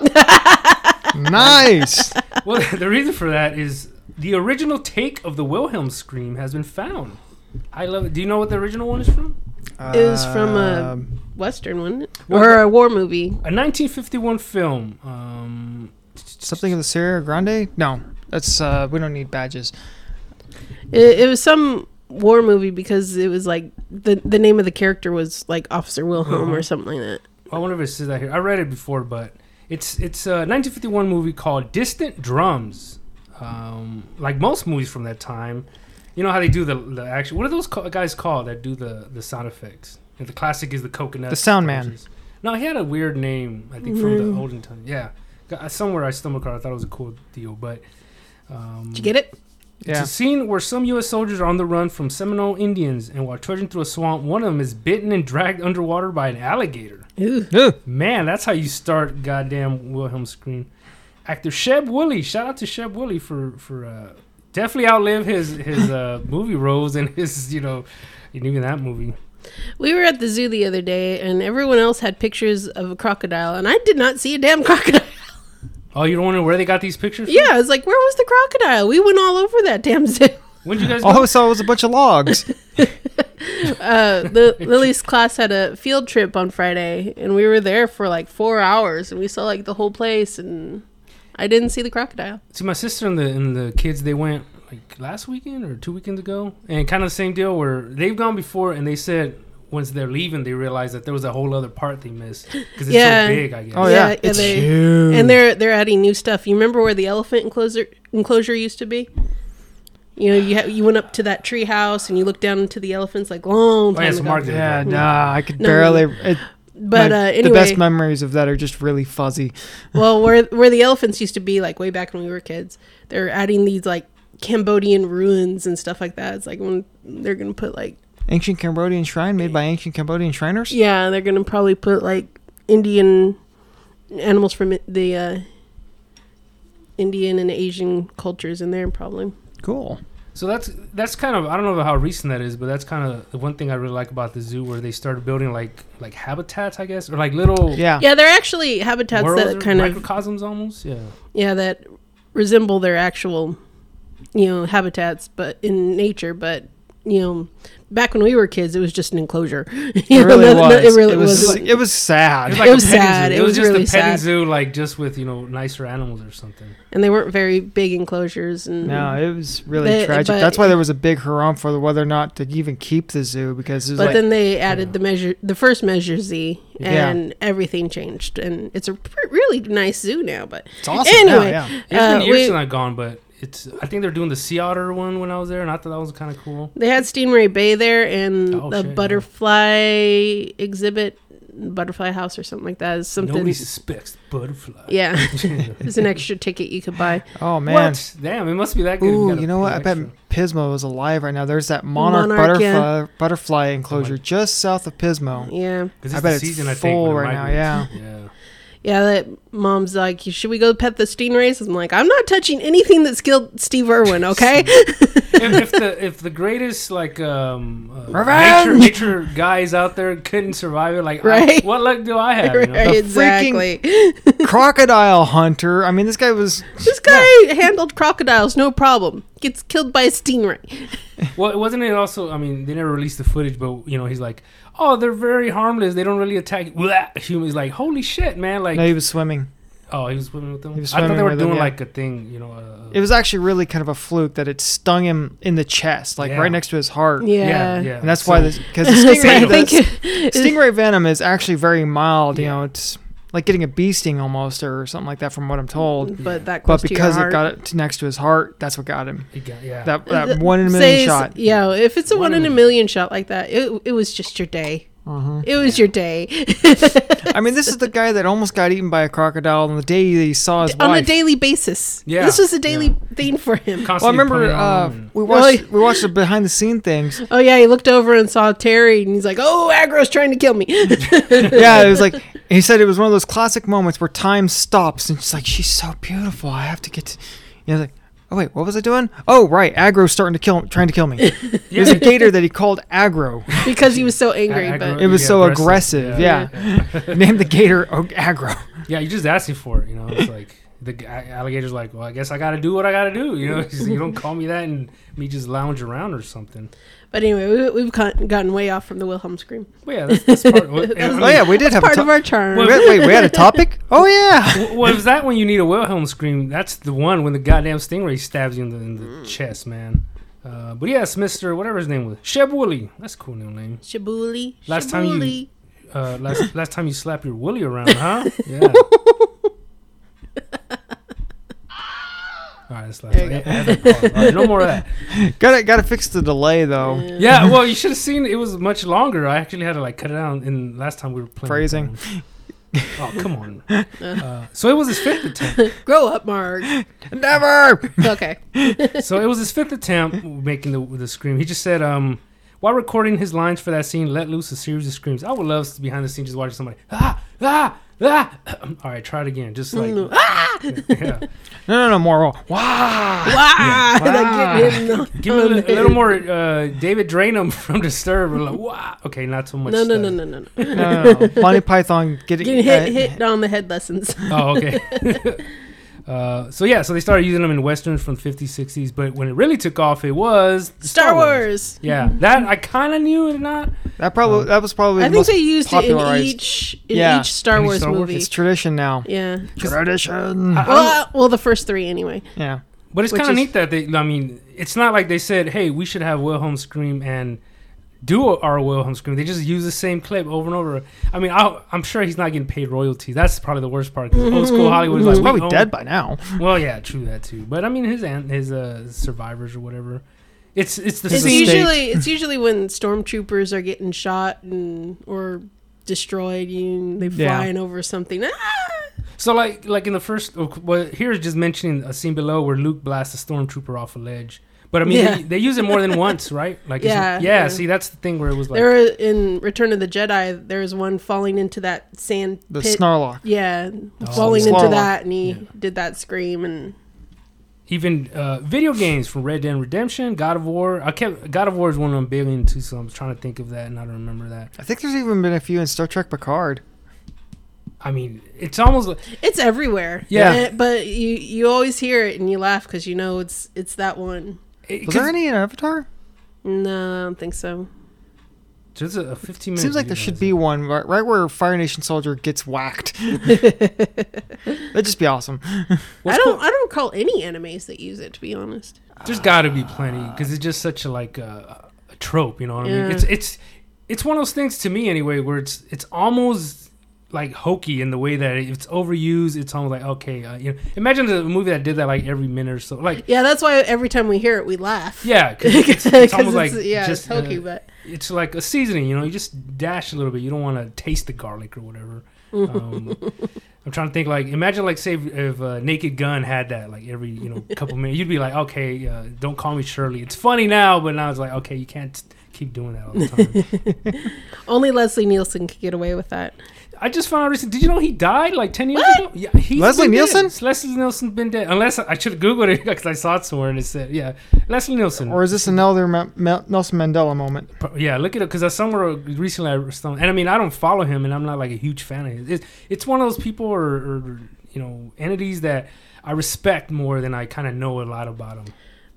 nice. Well, the reason for that is the original take of the Wilhelm scream has been found. I love it. Do you know what the original one is from? It was from a Um, western, wasn't it? Or a war movie. A 1951 film. Um, something of the Sierra Grande. No, that's uh, we don't need badges. It, it was some war movie because it was like the the name of the character was like Officer Wilhelm or something like that. I wonder if it says that here. I read it before, but it's it's a 1951 movie called Distant Drums. Um, like most movies from that time, you know how they do the the action. What are those co- guys called that do the the sound effects? And the classic is the coconut. The sound man. noises. No, he had a weird name. I think from the olden time. Yeah, Got- uh, somewhere I stumbled across. I thought it was a cool deal, but. Um, Did you get it? Yeah. It's a scene where some U.S. soldiers are on the run from Seminole Indians, and while trudging through a swamp, one of them is bitten and dragged underwater by an alligator. Ooh. Ugh. Man, that's how you start goddamn Wilhelm Scream. Actor Sheb Woolley, shout out to Sheb Woolley for for uh, definitely outlive his his uh, movie roles and his you know and even that movie. We were at the zoo the other day, and everyone else had pictures of a crocodile, and I did not see a damn crocodile. Oh, you don't wonder where they got these pictures? from? yeah, I was like, where was the crocodile? We went all over that damn zoo. When did you Oh, guys? All go? I saw was a bunch of logs. Uh, the Lily's class had a field trip on Friday, and we were there for like four hours, and we saw like the whole place, and I didn't see the crocodile. See, my sister and the and the kids they went like last weekend or two weekends ago, and kind of the same deal where they've gone before, and they said once they're leaving, they realize that there was a whole other part they missed because it's Yeah. so big. I guess. Oh Yeah, yeah, yeah, it's they- huge. And they're they're adding new stuff. You remember where the elephant enclosure enclosure used to be? You know, you ha- you went up to that tree house and you looked down into the elephants like long Oh, yeah, time so ago. Mark did yeah, that. nah, I could No, barely. It, but my- uh, the anyway, best memories of that are just really fuzzy. well, where where the elephants used to be, like way back when we were kids, they're adding these like Cambodian ruins and stuff like that. It's like when they're gonna put like Ancient Cambodian shrine made by ancient Cambodian shriners. yeah, they're gonna probably put like Indian animals from it- the uh, Indian and Asian cultures in there probably. Cool. So that's that's kind of I don't know how recent that is, but that's kind of the one thing I really like about the zoo where they started building like like habitats, I guess, or like little Yeah. Yeah, they're actually habitats worlds that or kind of microcosms almost. Yeah. yeah that resemble their actual you know habitats but in nature but you know back when we were kids it was just an enclosure It really was. it really it was. wasn't. it was sad. It was a petting sad. zoo. It was just really a petting sad. zoo, like just with you know nicer animals or something. and they weren't very big enclosures and No, it was really They- tragic. but- That's why there was a big hurrah for whether or not to even keep the zoo because it was but like, then they added the measure the first measure z Yeah. and everything changed and it's a pr- really nice zoo now but it's awesome. anyway yeah, yeah. It's Uh, been years we- since I've gone, but it's I think they're doing the sea otter one when I was there, and I thought that was kind of cool. They had Stingray Bay there and Oh, the shit, yeah. butterfly exhibit, butterfly house or something like that. Is something? Nobody suspects butterfly. yeah, it's an extra ticket you could buy. Oh man. What? Damn, it must be that good. if Ooh, gotta you know what? pay I bet extra. Pismo is alive right now. There's that monarch, Monarch, yeah. butterfly butterfly enclosure just south of Pismo. Yeah, 'Cause I bet it's the it's season, I think, full when it right now, migrates. Yeah. yeah. That mom's like, should we go pet the stingrays? I'm like, I'm not touching anything that's killed Steve Irwin. Okay, if, if the if the greatest like um uh, nature, Revenge! nature guys out there couldn't survive it, like I- Right. what luck do I have? You know? Right, The exactly. Crocodile hunter. I mean, this guy was. This guy handled crocodiles no problem. Gets killed by a stingray. Well, wasn't it also? I mean, they never released the footage, but you know, he's like, oh, they're very harmless. They don't really attack Blah! humans. Like, holy shit, man! Like, No, he was swimming. oh, he was swimming with them. He was I thought they swimming were with doing them, yeah. like a thing, you know. Uh, It was actually really kind of a fluke that it stung him in the chest, like Yeah. right next to his heart. Yeah. yeah, yeah. And that's why So- this because the So I stingray, the think stingray venom is actually very mild. You Yeah. know, it's like getting a bee sting almost, or something like that, from what I'm told. but that close But to your because it heart. Uh, got it to next to his heart, that's what got him. He got- yeah. That that Th- one in a say million s- shot. Yeah, if it's a One one, in in a a million shot like that, it it was just your day. Mhm. It was your day I mean, this is the guy that almost got eaten by a crocodile on the day that he saw his on a wife. daily basis. Yeah, this was a daily thing for him. Constantly well, I remember putting on uh, and- we Really? watched we watched the behind the scene things. Oh yeah, he looked over and saw Terry, and he's like, "Oh, aggro's trying to kill me." Yeah, it was like he said it was one of those classic moments where time stops and she's like, she's so beautiful. I have to get, to, you know, like Oh wait, what was I doing? Oh right, aggro's starting to kill, trying to kill me. There's a gator that he called aggro. because he was so angry. aggro- It was Yeah, so aggressive, aggressive. yeah. Yeah. Named the gator O- aggro. Yeah, you just asking for it. You know, it's like the g- a- alligator's like, well, I guess I got to do what I got to do. You know, you don't call me that and me just lounge around or something. but but anyway, we, we've got- gotten way off from the Wilhelm scream. But yeah, that's, that's part. Well, Oh yeah, we did have a Part to- of our charm. wait, wait, we had a topic? Oh yeah. was that when you need a Wilhelm scream? That's the one when the goddamn stingray stabs you in the, in Mm. the chest, man. Uh, but yes, Mister, whatever his name was, Sheb Woolley. That's a cool new name. Shabuli. Last time you- Uh, last last time you slap your Woolley around, huh? Yeah. All right, that's last. There you go. Add that pause. All right, no more of that. Gotta gotta fix the delay though. Yeah, well, you should have seen it was much longer. I actually had to like cut it down. In last time we were playing Phrasing. Oh come on! Uh, so it was his fifth attempt. Grow up, Mark. Never. Okay. So it was his fifth attempt making the the scream. He just said, um, while recording his lines for that scene, let loose a series of screams. I would love to be behind the scenes just watching somebody ah ah ah. All right, try it again. Just like Ah! yeah. No, no, no, more. Wow. Wow. That get him on- Give me a, on li- the- a little more uh, David Drainum from Disturbed. Like, wow. Okay, not so much. No, no, stuff. no, no, no, no. No, no, no. Monty Python getting Getting hit, hit on the head lessons. oh, okay. uh, so yeah, so they started using them in westerns from 50s, 60s, but when it really took off, it was Star Wars. Yeah, that I kind of knew it not. That probably that was probably I the think most they used it in popularized- each in Yeah. each Star Any Wars Star Wars? movie. It's tradition now. Yeah. Tradition. I- I don't- Well, uh, well, the first three anyway. yeah. but it's which kind of is- neat that they. I mean, it's not like they said, "Hey, we should have Wilhelm scream and do our Wilhelm scream." They just use the same clip over and over. I mean, I, I'm sure he's not getting paid royalties. That's probably the worst part. 'cause old Mm-hmm. school Hollywood is like He's we probably own- dead by now. Well, yeah, true that too. But I mean, his an- his uh, survivors or whatever. It's it's the It's same. estate. usually it's usually when stormtroopers are getting shot and or destroyed and they Yeah. flying over something. Ah! So like like in the first, oh, well, here's just mentioning a scene below where Luke blasts a stormtrooper off a ledge. But I mean, Yeah. they, they use it more than once, right? Like it's- Yeah, yeah, yeah. See, that's the thing where it was like, There were, in Return of the Jedi, there was one falling into that sand The pit. Snarlock. yeah, Oh. falling into Swallow. that, and he Yeah. did that scream and even uh, video games from Red Dead Redemption, God of War. I kept God of War is one I'm big into, so I'm trying to think of that and I don't remember that. I think there's even been a few in Star Trek Picard. I mean, it's almost like, it's everywhere. Yeah. And- but you you always hear it and you laugh because you know it's it's that one. it, Was there any in Avatar? No, I don't think so. Just a, a 15 minute. Seems like video there should game. be one right, right where Fire Nation soldier gets whacked. That'd just be awesome. What's I don't cool- I don't recall any animes that use it to be honest. There's got to be plenty because it's just such a like uh, a trope. You know what I Yeah. mean? It's it's it's one of those things to me anyway where it's it's almost like hokey in the way that it's overused. It's almost like okay, uh, you know, imagine a movie that did that like every minute or so. Like Yeah, that's why every time we hear it, we laugh. yeah, 'cause it's, it's almost like yeah, just it's hokey, uh, but it's like a seasoning. You know, you just dash a little bit. You don't want to taste the garlic or whatever. Um, I'm trying to think like imagine like say if, if uh, Naked Gun had that like every you know couple minutes you'd be like okay uh, don't call me Shirley it's funny now but now it's like okay you can't keep doing that all the time only Leslie Nielsen could get away with that. I just found out recently did you know he died like 10 years ago yeah he's Leslie been dead. Nielsen? Leslie Nielsen's been dead unless I should have googled it because I saw it somewhere and it said yeah Leslie Nielsen Or is this another Ma- Ma- Nelson Mandela moment? Pro- Yeah, look it up because I somewhere recently I stumbled, and I mean I don't follow him, and I'm not like a huge fan of his. It's it's one of those people or, or you know entities that I respect more than I kind of know a lot about him.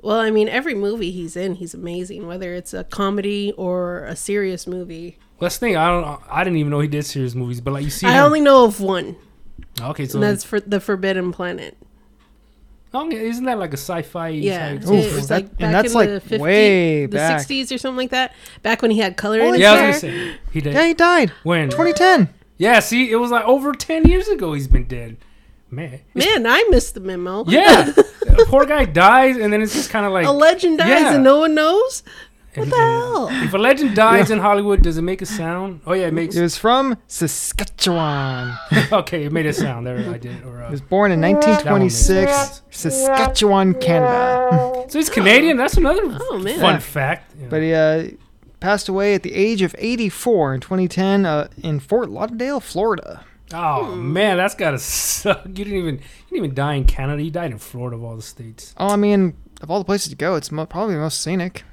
Well, I mean, every movie he's in, he's amazing. Whether it's a comedy or a serious movie, Well, that's the thing I don't I didn't even know he did serious movies, but like you see, I him- only know of one, okay, so and that's for the Forbidden Planet. okay, isn't that like a sci-fi? Yeah, sci- so it Oof, was that- like and back that's in like the 50, way the back. 60s or something like that. Back when he had color in Holy his Oh, yeah, I was hair. gonna say he did Yeah, he died when 2010. yeah, see, it was like over ten years ago he's been dead, man. Man, I missed the memo. Yeah, the poor guy dies, and then it's just kind of like a legend dies Yeah. and no one knows. What and- the and- hell? If a legend dies in Hollywood, does it make a sound? Oh yeah, it makes. He was from Saskatchewan. okay, it made a sound there. I did. Or, He uh, was born in That one 1926, Saskatchewan, Canada. so he's Canadian. That's another Oh man, fun Yeah. fact. Yeah. But he uh, passed away at the age of 84 in 2010 uh, in Fort Lauderdale, Florida. Oh Hmm. man, that's gotta suck. You didn't even you didn't even die in Canada. You died in Florida of all the states. Oh, I mean, of all the places to go, it's mo- probably the most scenic.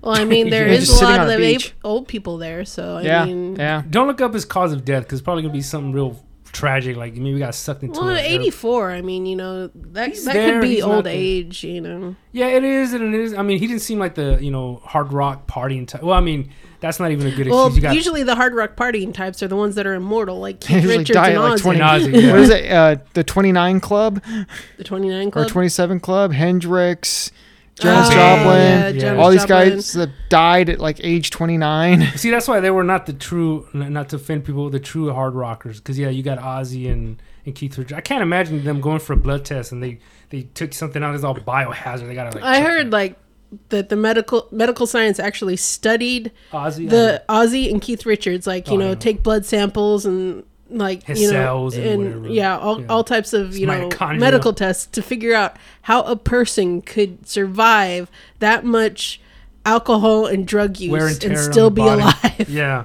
Well, I mean, there You're is just a lot sitting on of a the beach. old people there, so I yeah, mean, yeah. Don't look up his cause of death because it's probably gonna be something real tragic. Like maybe we got sucked into. well, a- eighty four. I mean, you know, that He's that there, could be he's not old there. age. You know, Yeah, it is, and it is. I mean, he didn't seem like the you know hard rock partying type. Well, I mean, that's not even a good excuse. well, you got usually the hard rock partying types are the ones that are immortal, like They Keith usually Richards die and at like Ozzy. 20. Ozzy, yeah. What is it? Uh, the 29 Club the twenty nine or club. 27 Club? Hendrix, Janis Oh, Joplin. Yeah. All these Joplin. guys that died at like age 29. see. That's why they were not the true, n- not to offend people, the true hard rockers. Because yeah, you got Ozzy and and Keith Richards. I can't imagine them going for a blood test and they they took something out. It's all biohazard. They got to like. I check heard that. like that the medical medical science actually studied Ozzy. the Ozzy and Keith Richards, like you Um, Oh, know, yeah. take blood samples and like His you know, cells and whatever. yeah, all, Yeah. all types of His you know mitochondria. medical tests to figure out how a person could survive that much alcohol and drug use wear and and, tear on still the be body. alive. Yeah.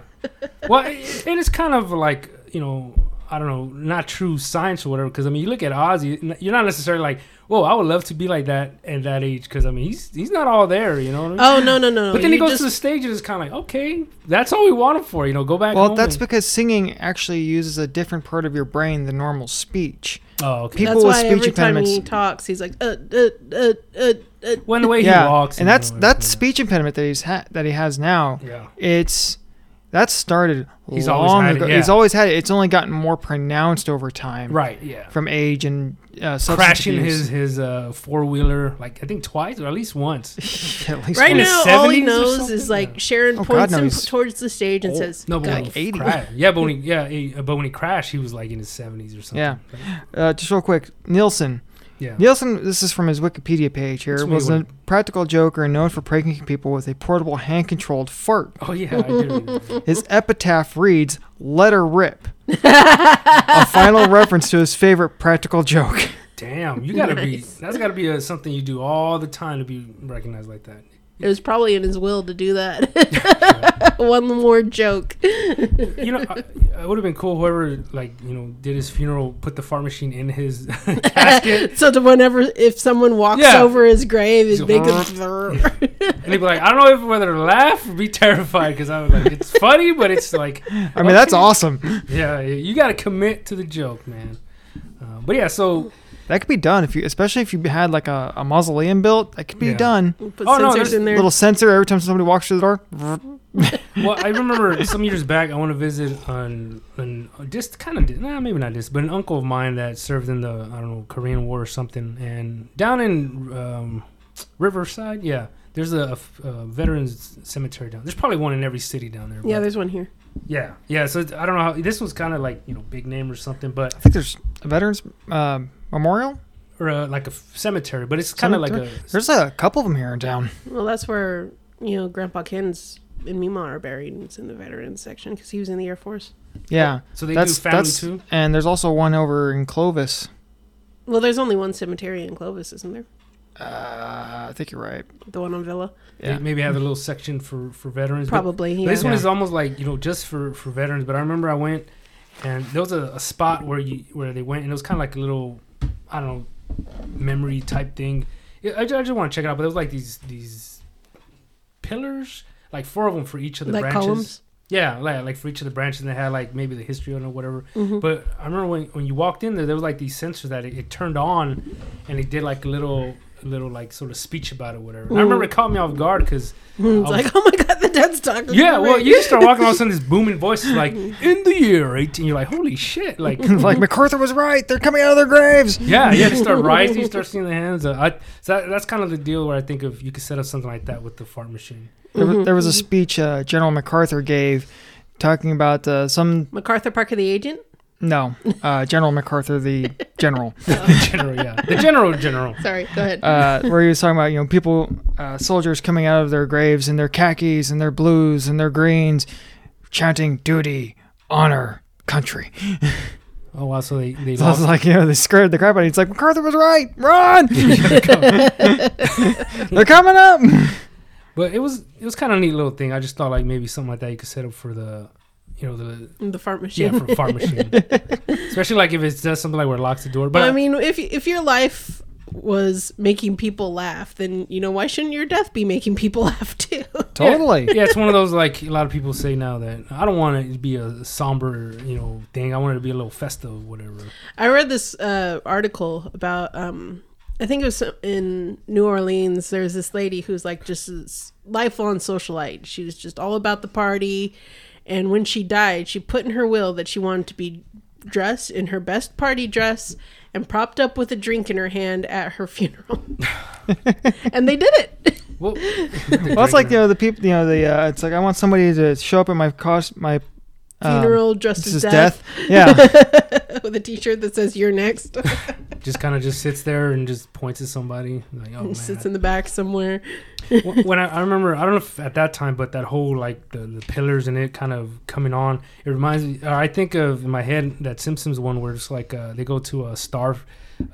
Well, it, it is kind of like you know, I don't know, not true science or whatever. Because I mean, you look at Ozzy, n- you're not necessarily like, whoa, I would love to be like that at that age. Because I mean, he's he's not all there, you know. What I mean? Oh no no no! no. but then he you goes to the just- stage and it's kind of like, okay, that's all we want him for, you know. Go back. Well, home that's and, because singing actually uses a different part of your brain than normal speech. oh okay. people that's with why speech every time he impediments- talks, he's like uh uh uh uh. uh. When the way yeah, he walks, and that's you know, that everything. speech impediment that he's ha- that he has now. Yeah. It's that started He's always long had it, ago. yeah. He's always had it. It's only gotten more pronounced over time, Right. Yeah. From age and uh, substance Crashing abuse. his his uh, four wheeler, like I think twice or at least once. at least Right in once. his now, all he 70s or knows something? is like Sharon Oh, God, points no, him he's towards the stage and says, No, but "Go." when he 80. crashed- yeah, but when he, yeah, he, uh, but when he crashed, he was like in his seventies or something. Yeah. Uh, just real quick, Nielsen. yeah. Nielsen, this is from his Wikipedia page That's here, what was he a wanted. practical joker known for pranking people with a portable hand controlled fart. Oh yeah, I did. remember that. His epitaph reads, Let her rip. a final reference to his favorite practical joke. Damn, you gotta Nice. be. That's gotta be uh something you do all the time to be recognized like that. It was probably in his will to do that. One more joke. You know, I, it would have been cool. Whoever like you know did his funeral, put the fart machine in his casket, So that whenever if someone walks Yeah. over his grave, He's it make like, a and they'd be like, I don't know if whether to laugh or be terrified because I was like, it's funny, but it's like, I mean, that's Okay. awesome. yeah, you gotta commit to the joke, man. Uh, but yeah, so That could be done if you, especially if you had like a, a mausoleum built. That could be Yeah. done. put Oh, no, sensors there's in there. Little sensor every time somebody walks through the door. Vroom. well, I remember some years back, I went to visit on an uh, just kind of nah, maybe not this, but an uncle of mine that served in the I don't know Korean War or something, and down in um, Riverside, yeah, there's a, a veterans cemetery down. There's probably one in every city down there. yeah, but- there's one here. yeah, yeah. So it's- I don't know how this was kind of like you know big name or something, but I think there's a veterans um memorial. or uh, like a f- cemetery, but it's kind of like a There's a couple of them here in town. Well, that's where you know Grandpa Ken's and Mima are buried. and It's in the veterans section because he was in the Air Force. Yeah, so they that's do family that's too. and there's also one over in Clovis. Well, there's only one cemetery in Clovis, isn't there? Uh, I think you're right. The one on Villa, Yeah. They maybe have a little section for for veterans. but- probably. But Yeah. This one Yeah. is almost like you know just for for veterans. But I remember I went and there was a, a spot where you where they went and it was kind of like a little I don't know memory type thing. Yeah, I, ju- I just want to check it out. But there was like these these pillars, like four of them for each of the like branches. columns. Yeah, like, like for each of the branches, and they had like maybe the history on it or whatever. Mhm. But I remember when, when you walked in there, there was like these sensors that it, it turned on, and it did like a little little like sort of speech about it, whatever. Mm-hmm. And I remember it caught me off guard because it's like, Um, oh my god, the dead stalker. yeah, well, you just start walking all of a sudden, this booming voice is like, in the year 18. You're like, holy shit. Like, like MacArthur was right. They're coming out of their graves. yeah, yeah, they start rising, you start seeing the hands. Uh, I, so that, that's kind of the deal where I think of you could set up something like that with the fart machine. There, was, there was a speech uh, General MacArthur gave, talking about uh, some MacArthur Parker the agent. no uh, General MacArthur the general, The general, yeah. The general, general. Sorry, go ahead. uh, where he was talking about you know people uh, soldiers coming out of their graves in their khakis and their blues and their greens, chanting duty, honor, country. Oh, wow. So they, they So I was lost. like, you know, they scared the crap out of me. It's like, MacArthur was right. Run! They're coming up. But it was it was kind of a neat little thing. I just thought, like, maybe something like that you could set up for the you know the The fart machine. yeah from farm machine, especially like if it does something like where it locks the door. But Well, I mean, if if your life was making people laugh, then you know why shouldn't your death be making people laugh too? Totally. yeah, it's one of those like a lot of people say now that I don't want it to be a somber, you know, thing. I want it to be a little festive, whatever. I read this uh, article about um, I think it was in New Orleans. There's this lady who's like just this lifelong socialite. She was just all about the party, and when she died, she put in her will that she wanted to be dressed in her best party dress and propped up with a drink in her hand at her funeral. and they did it. Well, Well, it's like you know the people. You know the. Uh, it's like I want somebody to show up at my cost my um, Funeral dressed This as is death. death. Yeah. with a t-shirt that says you're next Oh, just kind of just sits there and just points at somebody. Like, oh man. sits in the back somewhere Wh- when I, I remember, I don't know if at that time, but that whole like the, the pillars and it kind of coming on. It reminds me. Or I think of in my head that Simpsons one where it's like uh, they go to a star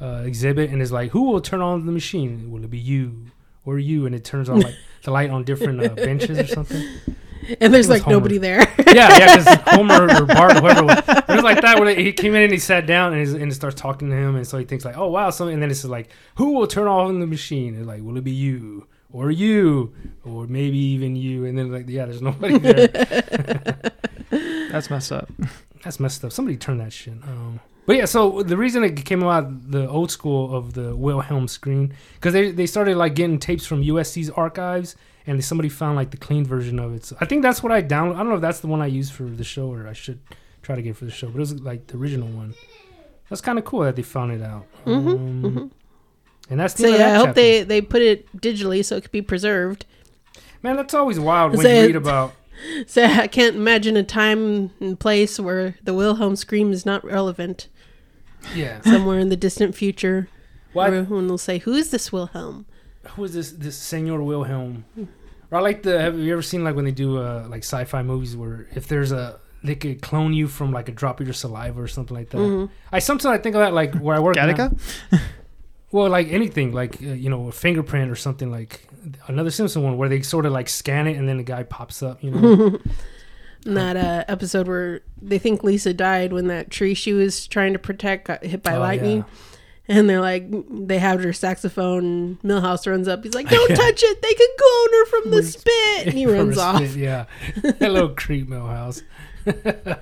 uh, exhibit and it's like, who will turn on the machine? Will it be you or you? And it turns on like the light on different uh, benches or something. and there's It was like nobody there Yeah, yeah, because Homer or Bart, whoever, it was It was like that. Where he came in and he sat down and, he's, and starts talking to him, and so he thinks like, "Oh wow!" Something, and then it's like, "Who will turn off the machine?" And like, "Will it be you or you or maybe even you?" And then like, yeah, there's nobody there. That's messed up. That's messed up. Somebody turn that shit. Um, but yeah, so the reason it came about the old school of the Wilhelm screen because they they started like getting tapes from USC's archives. And somebody found like the clean version of it. So I think that's what I download. I don't know if that's the one I used for the show, or I should try to get for the show, but it was like the original one. That's kind of cool that they found it out. Um, And that's the end of Mm-hmm, so yeah i that hope chapter. they they put it digitally so it could be preserved Man, that's always wild when So you it- read about. so i can't imagine a time and place where the wilhelm scream is not relevant Yeah. somewhere in the distant future Well, I- everyone will say who is this wilhelm who is this? This Senor Wilhelm. Or I like the. Have you ever seen like when they do uh, like sci-fi movies where if there's a they could clone you from like a drop of your saliva or something like that. Mm-hmm. I sometimes I think about like where I work. now- Gattaca. Well, like anything, like uh, you know, a fingerprint or something like another Simpson one, where they sort of like scan it and then the guy pops up. You know, in that uh, episode where they think lisa died when that tree she was trying to protect got hit by Oh, lightning yeah. And they're like, they have her saxophone. Millhouse runs up. He's like, "Don't touch it. They can clone her from the spit." And he For runs a off. spin, yeah, that little creep Millhouse.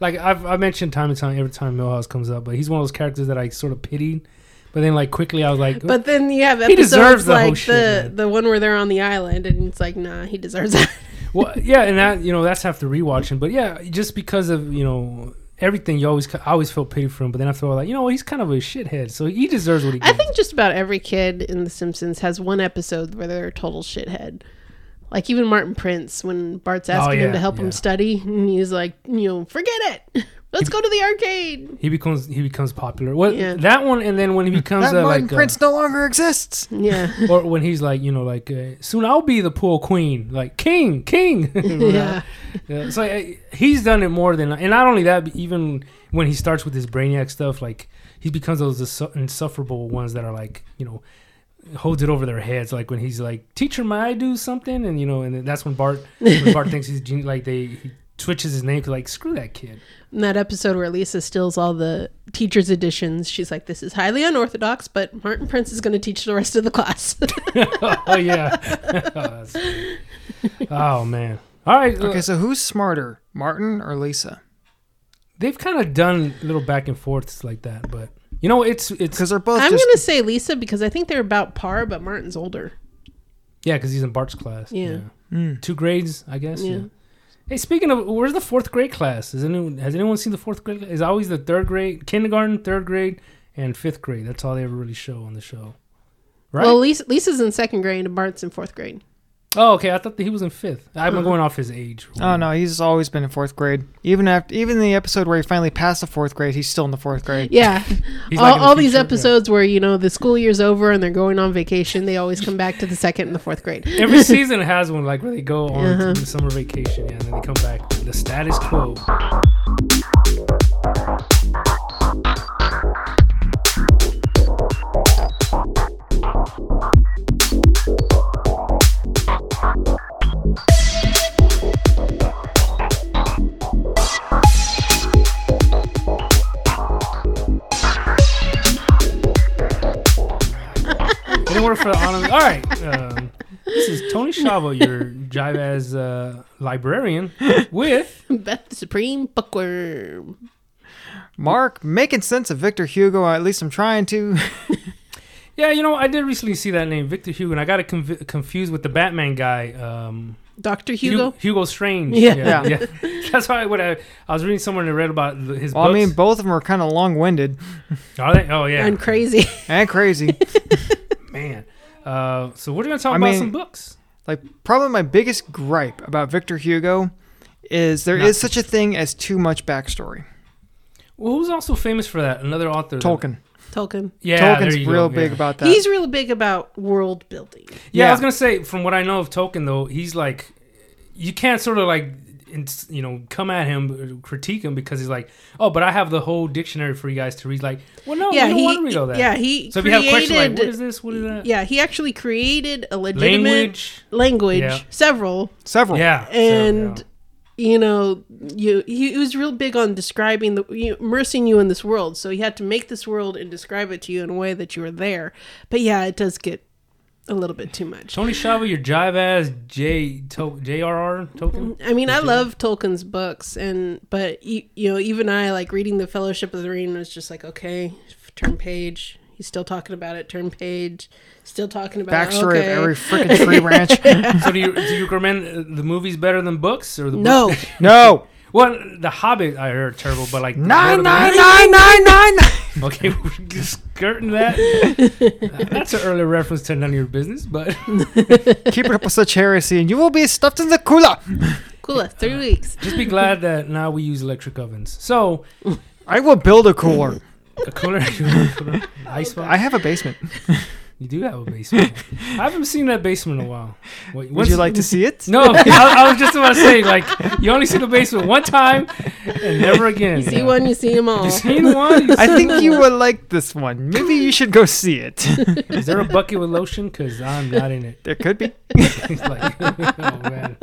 like I've I mentioned time and time every time Millhouse comes up, but he's one of those characters that I sort of pitied. But then like quickly I was like, But then you have He deserves episodes the whole like shit, the man. the one where they're on the island, and it's like, nah, he deserves that. well, yeah, and that you know that's after rewatching. But yeah, just because of you know everything, you always ca- I always felt pity for him. But then after a while, like you know he's kind of a shithead, so he deserves what he I gets. think just about every kid in The Simpsons has one episode where they're a total shithead. Like even Martin Prince, when Bart's asking Oh, yeah, him to help yeah. him study, and he's like, you know, forget it. Let's go to the arcade. he becomes he becomes popular. Well, Yeah. that one, and then when he becomes That uh, Martin like. uh, Prince no longer exists. Yeah. or when he's like, you know, like uh, soon I'll be the pool queen, like king, king. yeah. Yeah, so uh, he's done it more than, and not only that, but even when he starts with his brainiac stuff, like he becomes those insu- insufferable ones that are like, you know, holds it over their heads. Like when he's like, "Teacher, may I do something?" and you know, and then that's when Bart, when Bart thinks he's genius, like they he switches his name to like, "Screw that kid." In that episode where Lisa steals all the teacher's editions, she's like, This is highly unorthodox, but Martin Prince is going to teach the rest of the class. oh yeah. That's funny. oh man. All right. uh, Okay, so who's smarter, Martin or Lisa? They've kind of done little back and forths like that, but you know, it's it's Because they're both I'm just going to say Lisa because I think they're about par, but Martin's older. yeah, because he's in Bart's class. Yeah. Mm. two grades, I guess. Yeah. Yeah. Hey, speaking of, where's the fourth grade class? Is anyone has anyone seen the fourth grade? Is always the third grade, kindergarten, third grade, and fifth grade. That's all they ever really show on the show, right? Well, Lisa, Lisa's in second grade and Bart's in fourth grade. oh, okay. I thought that he was in fifth. I'm going off his age. Oh no, he's always been in fourth grade. Even after, even the episode where he finally passed the fourth grade, he's still in the fourth grade. Yeah. He's like all in the all these future, yeah. episodes where, you know, the school year's over and they're going on vacation, they always come back to the second and the fourth grade. Every season has one like where they go on Uh-huh. to the summer vacation, yeah, and then they come back. The status quo. doesn't work for the honor. All right. Um, this is Tony Shava, your jive as uh, librarian, with Beth the Supreme Bookworm. Mark making sense of Victor Hugo. At least I'm trying to. yeah. You know, I did recently see that name, Victor Hugo, and I got it conv- confused with the Batman guy. Um, Dr. Hu- Hugo? Hugo Strange. Yeah. Yeah. yeah. That's why when I, I was reading somewhere and I read about his Well, I books. mean, both of them are kind of long-winded Are they? Oh yeah. And crazy. and crazy. Man. Uh, so we're gonna talk I about mean- some books. like probably my biggest gripe about Victor Hugo is there is Not such a thing as too much backstory. Well, who's also famous for that? Another author. that- Tolkien. Tolkien. Yeah, there Tolkien's you go, real yeah. big about that. He's real big about world building. Yeah, I Yeah. was gonna say, from what I know of Tolkien, though, he's like, you can't sort of like, ins- you know, come at him, critique him because he's like, oh, but I have the whole dictionary for you guys to read. Like, well, no, yeah, we don't he, want to read all that. yeah, he So if you have created, a question like, what is this? What is that? yeah, he actually created a legitimate language, Language. Yeah. several, Several. Yeah. so, and yeah. you know, you he, he was real big on describing the you, immersing you in this world. So he had to make this world and describe it to you in a way that you were there. But yeah, it does get a little bit too much. Tony Shava, your jive ass J to- J.R.R. Tolkien. I mean, I love Tolkien's books, and but you, you know, even I like reading the Fellowship of the Ring was just like, okay, turn page. He's still talking about it. Turn page. Still talking about it, Backstory okay. of every freaking tree ranch. so do you do you recommend uh, the movies better than books or the No, Books? no. Well, The Hobbit I heard terrible, but like Nine, Lord of the nine, Rings- nine, nine, nine, nine. Okay, we're just skirting that. That's an early reference to none of your business, but Keep it up with such heresy, and you will be stuffed in the cooler. cool. Three weeks. just be glad that now we use electric ovens. So I will build a cooler. a cooler, an ice box. I have a basement. You do have a basement. I haven't seen that basement in a while. Wait, Would once- you like to see it? No, I, I was just about to say like you only see the basement one time and never again. You see one, you see them all. You seen one? I think you will like this one. Maybe you should go see it. Is there a bucket with lotion? Cause I'm not in it. There could be. He's like, oh, man.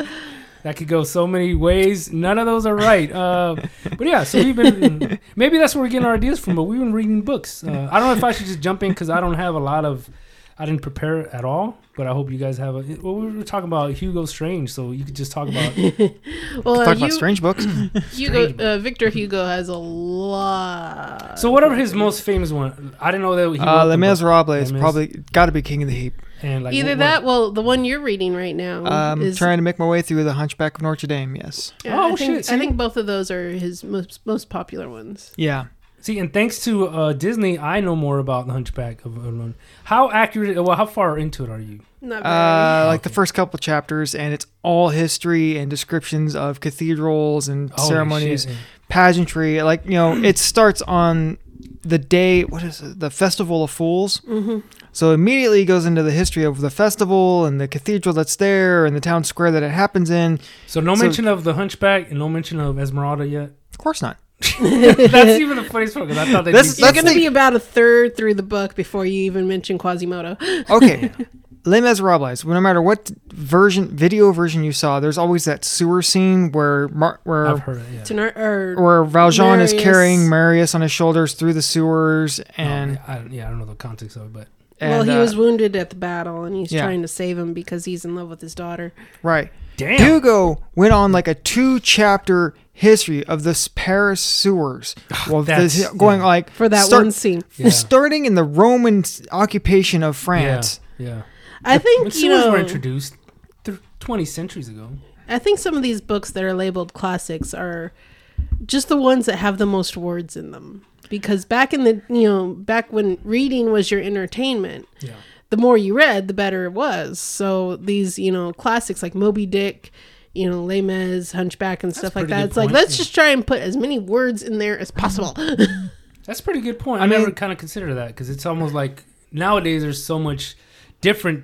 That could go so many ways. None of those are right. Uh, but yeah, so we've been maybe that's where we're getting our ideas from. But we've been reading books. Uh, I don't know if I should just jump in because I don't have a lot of. I didn't prepare at all, but I hope you guys have a. Well, we were talking about Hugo Strange, so you could just talk about. Well, Talk you, about strange books. Hugo, uh, Victor Hugo has a lot. So whatever his most famous one, I didn't know that he. Uh, wrote Les the book. Miserables is Les Mis- probably got to be king of the heap. and like Either what- that, well, the one you're reading right now Um, is. trying to make my way through the Hunchback of Notre Dame. Yes. yeah, Oh, I think, shit, I see? think both of those are his most most popular ones. Yeah. See, and thanks to uh, Disney, I know more about the Hunchback of Notre Dame. How accurate? Well, how far into it are you? Not very. Uh, like the Okay. first couple chapters, and it's all history and descriptions of cathedrals and Holy ceremonies, shit. pageantry. Like you know, it starts on the day. What is it? The Festival of Fools. Mhm. So immediately it goes into the history of the festival and the cathedral that's there and the town square that it happens in. So no So- mention of the Hunchback and no mention of Esmeralda yet. Of course not. That's even the funniest part because I thought they'd That's- be- You're that's going to the- be about a third through the book before you even mention Quasimodo. Okay. Les Miserables. No matter what version, video version you saw, there's always that sewer scene where Mar- where I've heard it. Yeah. Tenar- or- where Valjean is Marius. carrying Marius on his shoulders through the sewers, No, and, I, don't- Oh, yeah, I don't know the context of it, but well, and, he uh, was wounded at the battle, and he's yeah. trying to save him because he's in love with his daughter. right. damn, Hugo went on like a two-chapter history of this Paris sewers, well, that's- this, going yeah. like For that start- one scene, Yeah. starting in the Roman s- occupation of yeah, France. yeah. I When think you sewers were know. introduced th- twenty centuries ago, I think some of these books that are labeled classics are just the ones that have the most words in them. Because back in the you know back when reading was your entertainment, yeah, the more you read, the better it was. So these, you know, classics like Moby Dick, you know, Les Mis, Hunchback, and stuff like pretty that. good It's like point, let's yeah. just try and put as many words in there as possible. that's a pretty good point. I, I mean- never kind of considered that because it's almost like nowadays there's so much different,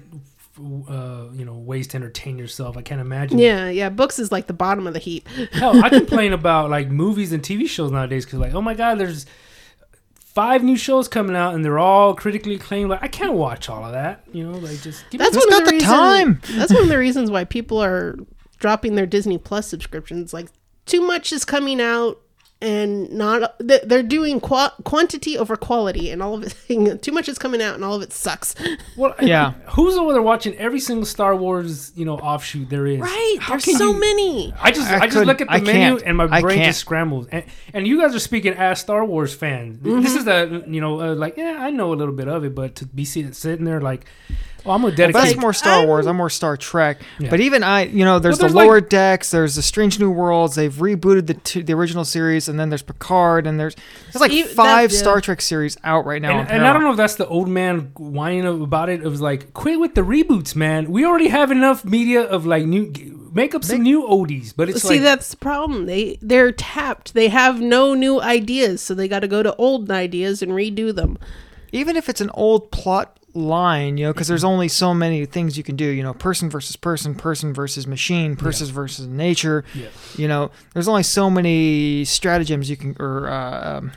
uh, you know, ways to entertain yourself. I can't imagine. yeah, yeah. Books is like the bottom of the heap. Hell, I complain about like movies and TV shows nowadays because like, oh my god, there's five new shows coming out and they're all critically acclaimed. Like, I can't watch all of that. You know, like just give me That's Who's one of got the, the reasons, time? That's one of the reasons why people are dropping their Disney Plus subscriptions. Like too much is coming out. and not th- they're doing qua- quantity over quality and all of it too much is coming out and all of it sucks Well, Yeah. Who's over there watching every single Star Wars, you know, offshoot there is? right How there's can so you- many I just, I I, just look at couldn't. the I menu can't. and my I brain can't. just scrambles. And, and you guys are speaking as Star Wars fans. Mm-hmm. This is a, you know, uh, like yeah, I know a little bit of it, but to be sitting, sitting there like, oh, I'm gonna dedicate. But that's more Star I'm- Wars. I'm more Star Trek. Yeah. But even I, you know, there's, But there's the like- Lower Decks. There's the Strange New Worlds. They've rebooted the two, the original series, and then there's Picard, and there's there's like E- that- five yeah. Star Trek series out right now. on and, and I Paramount. don't know if that's the old man whining about it. It was like, quit with the reboots, man. We already have enough media of like new, make up some new oldies. But it's see like, that's the problem they they're tapped they have no new ideas so they got to go to old ideas and redo them even if it's an old plot line, you know, because Mm-hmm. there's only so many things you can do. You know, person versus person, person versus machine, person versus nature. Yeah. You know, there's only so many stratagems you can or uh, um,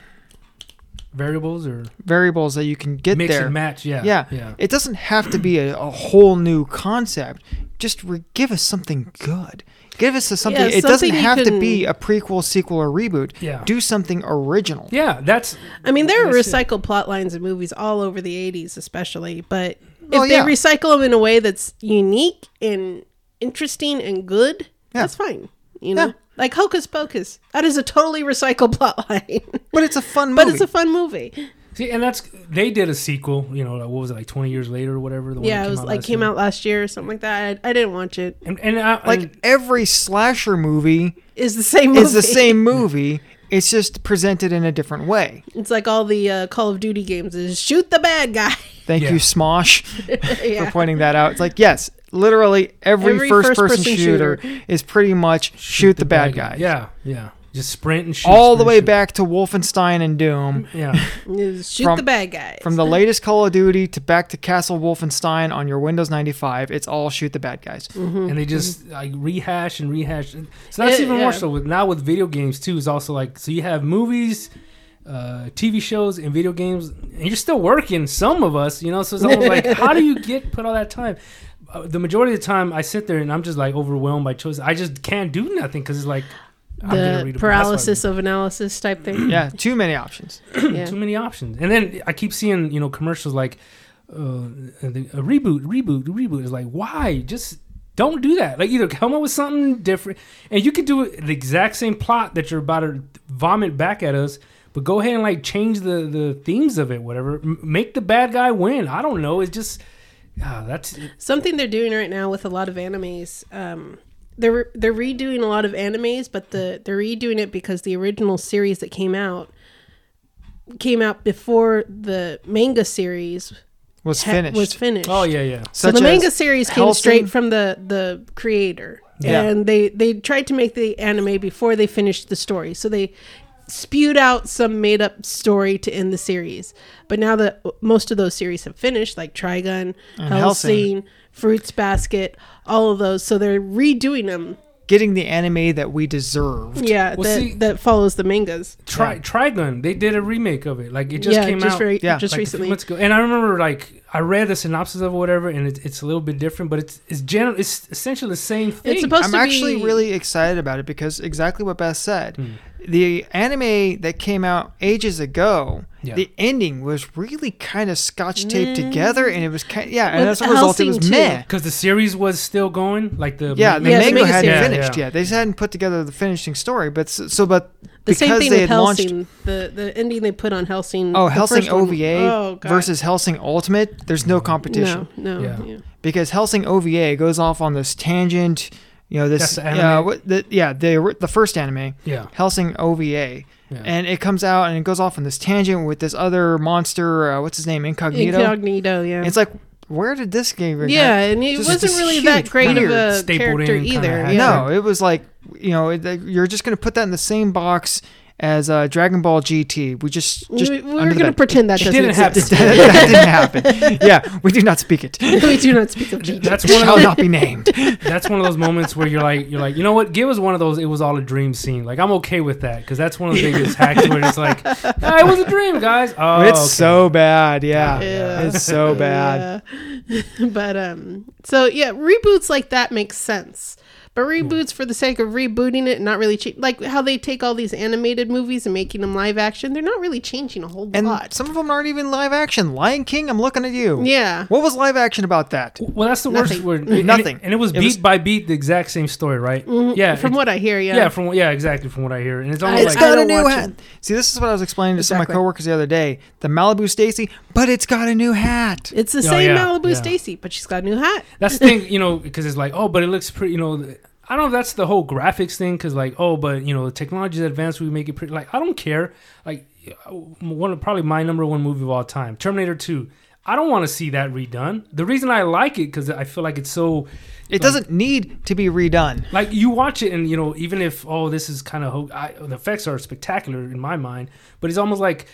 variables or variables that you can get mix there. and match. Yeah, yeah. yeah. It doesn't have to be a, a whole new concept. Just re- give us something good. Give us a something. Yeah, it doesn't something you have to can- be a prequel, sequel, or reboot. Yeah. Do something original. Yeah, that's i mean there are That's it. recycled plot lines in movies all over the 80s especially but if Well, Oh, yeah. they recycle them in a way that's unique and interesting and good Yeah. that's fine you know Yeah. like hocus pocus that is a totally recycled plot line But it's a fun movie. but it's a fun movie see, and that's they did a sequel. You know, what was it like twenty years later or whatever? The one yeah that it was like last came year. out last year or something like that i, I didn't watch it And, and I, like and- every slasher movie is the same movie. is the same movie. It's just presented in a different way. It's like all the uh, Call of Duty games is shoot the bad guy. Thank Yeah. you, Smosh, yeah. for pointing that out. It's like yes, literally every, Every first-person first-person shooter, is pretty much shoot, the, bad guy. Yeah, yeah. Just sprint and shoot All sprint the and way shoot. back to Wolfenstein and Doom, Yeah, Is shoot From- the bad guy. from the latest Call of Duty to back to Castle Wolfenstein on your Windows 95. It's all shoot the bad guys. Mm-hmm. and they just like rehash and rehash. So that's It- even more yeah. so with now with video games too. Is also like so you have movies. Uh, TV shows and video games, and you're still working. Some of us, you know, so it's almost like, how do you get put all that time? Uh, the majority of the time, I sit there and I'm just like overwhelmed by choice. I just can't do nothing because it's like I'm gonna the read a- that's why I paralysis of analysis type thing. Yeah, too many options. yeah. too many options. And then I keep seeing you know commercials like uh, the- a reboot, reboot, reboot. Is like why just don't do that. Like either come up with something different, and you could do it- the exact same plot that you're about to vomit back at us. But go ahead and like change the the themes of it, whatever. M- make the bad guy win. I don't know. It's just ah, that's Something they're doing right now with a lot of animes. Um, they're they're redoing a lot of animes, but the they're redoing it because the original series that came out came out before the manga series Was ha- finished. was finished. oh yeah yeah. So Such the manga as series came Hellsing. straight from the the creator, Yeah. and they they tried to make the anime before they finished the story. So they spewed out some made up story to end the series. But now that most of those series have finished, like Trigun, Hellsing. Hellsing, Fruits Basket, all of those, so they're redoing them. getting the anime that we deserved. Yeah, Well, that, see- that follows the mangas. Tri- Trigun. They did a remake of it. Like it just yeah, came just out. very Yeah, just like a few recently. months ago. And I remember like I read the synopsis of whatever, and it, it's a little bit different, but it's it's general. It's essentially the same thing. It's supposed I'm to actually be really excited about it because exactly what Beth said. Hmm. The anime that came out ages ago, Yeah. the ending was really kind of scotch taped Mm. together, and it was kind yeah, and as a result, it Hellsing, was too. meh. because the series was still going. Like the Yeah, the Yeah, the manga manga hadn't series. finished Yeah, yeah. yet. They just hadn't put together the finishing story, but so, so but the because same thing they with had launched Hellsing. The the ending they put on Hellsing. oh the Helsing first one- OVA Oh, God. versus Helsing Ultimate, there's no competition. No, no. Yeah. yeah. because Helsing OVA goes off on this tangent. You know That's this. the Yeah, anime? what, the, yeah, the the first anime. Yeah. Helsing OVA, Yeah. and it comes out and it goes off on this tangent with this other monster. Uh, what's his name? Incognito. Incognito, yeah. It's like, where did this game? even- yeah, and it just wasn't this really huge that great of weird a stapled character in kinda either. hat. yeah. No, it was like you know it, like, you're just gonna put that in the same box as uh, Dragon Ball GT. We just just we, we're under the going bed. to pretend that It doesn't didn't happen. exist. that didn't happen. Yeah, we do not speak it. It we do not speak of GT. That's one shall of not be named. that's one of those moments where you're like you're like you know what give us one of those it was all a dream scene like I'm okay with that because that's one of the biggest hacks where it's like ah, it was a dream guys oh it's okay. so bad. Yeah. Yeah. it's so bad. Yeah. but um, so yeah, reboots like that make sense. But reboots for the sake of rebooting it, and not really change. Like how they take all these animated movies and making them live action, they're not really changing a whole And lot. some of them aren't even live action. Lion King, I'm looking at you. Yeah. What was live action about that? Well, that's the worst Nothing. word. And it- Nothing. And it was It beat was- by beat, the exact same story, right? Yeah. Mm-hmm. from it- what I hear, yeah. Yeah, from what- yeah, exactly from what I hear, and it's almost I- like It's got a don't new watch hat. it. See, this is what I was explaining to some of my Exactly. coworkers the other day. The Malibu Stacy, but it's got a new hat. It's the same Oh, yeah, Malibu yeah. Stacy, but she's got a new hat. that's the thing, you know, because it's like, oh, but it looks pretty, you know. th- I don't know if that's the whole graphics thing, because like, oh, but you know, the technology is advanced, we make it pretty. Like, I don't care. Like, uh, one of probably my number one movie of all time, Terminator Two. I don't want to see that redone. The reason I like it because I feel like it's so It doesn't need to be redone. like you watch it and you know even if oh this is kind of ho- I, the effects are spectacular in my mind but it's almost like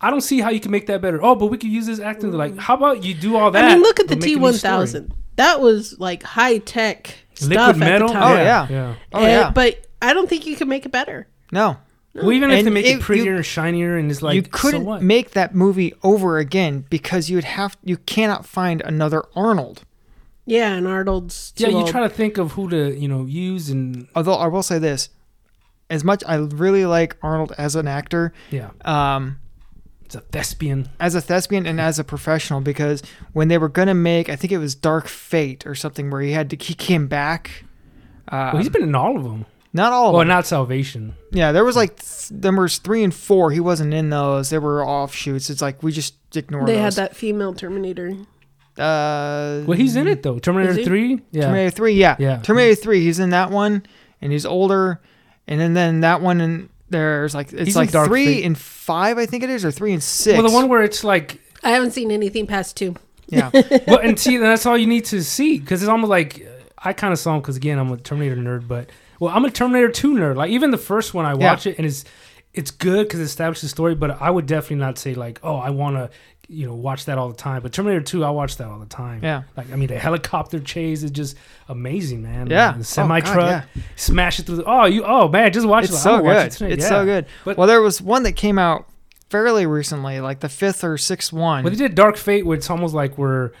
i don't see how you can make that better oh but we could use this acting like how about you do all that I mean, look at the but make T a new one story? thousand. That was like high tech liquid stuff metal at the time. Oh, yeah. yeah Oh, And- yeah. But I don't think you can make it better. No. well even if And they make if it you- prettier and shinier and it's like you so couldn't what? make that movie over again because you'd have you cannot find another Arnold. Yeah, and Arnold's too yeah you old. try to think of who to you know use and Although I will say this, as much I really like Arnold as an actor, yeah um, it's a thespian as a thespian and as a professional because when they were gonna make I think it was Dark Fate or something where he had to he came back. Uh, well, he's been in all of them not all of well them. not salvation Yeah, Hmm. there was like th- numbers three and four. He wasn't in those. They were offshoots. It's like we just ignore they had those. that female Terminator. that. Uh, well he's in it though Is terminator he? 3 yeah Terminator three. Yeah. Yeah. Terminator three. He's in that one, and he's older. And then then that one and there's like it's He's in like Dark three Fate. and five I think it is or three and six. well the one where it's like I haven't seen anything past two. yeah. well, and see, that's all you need to see because it's almost like uh, I kind of saw him because again, I'm a Terminator nerd, but well, I'm a Terminator 2 nerd. Like even the first one, I Yeah. watch it and it's it's good because it establishes the story, but I would definitely not say like, oh, I want to you know watch that all the time. But Terminator 2, I watch that all the time. Yeah. like I mean, the helicopter chase is just amazing, man. Yeah. the Oh, semi God, truck, smash it through. The, oh, you, oh man, just watch it. It's I'm so gonna watch good. it It's tonight. so Yeah. good. But- well, there was one that came out fairly recently, like the fifth or sixth one. Well, they did Dark Fate, where it's almost like where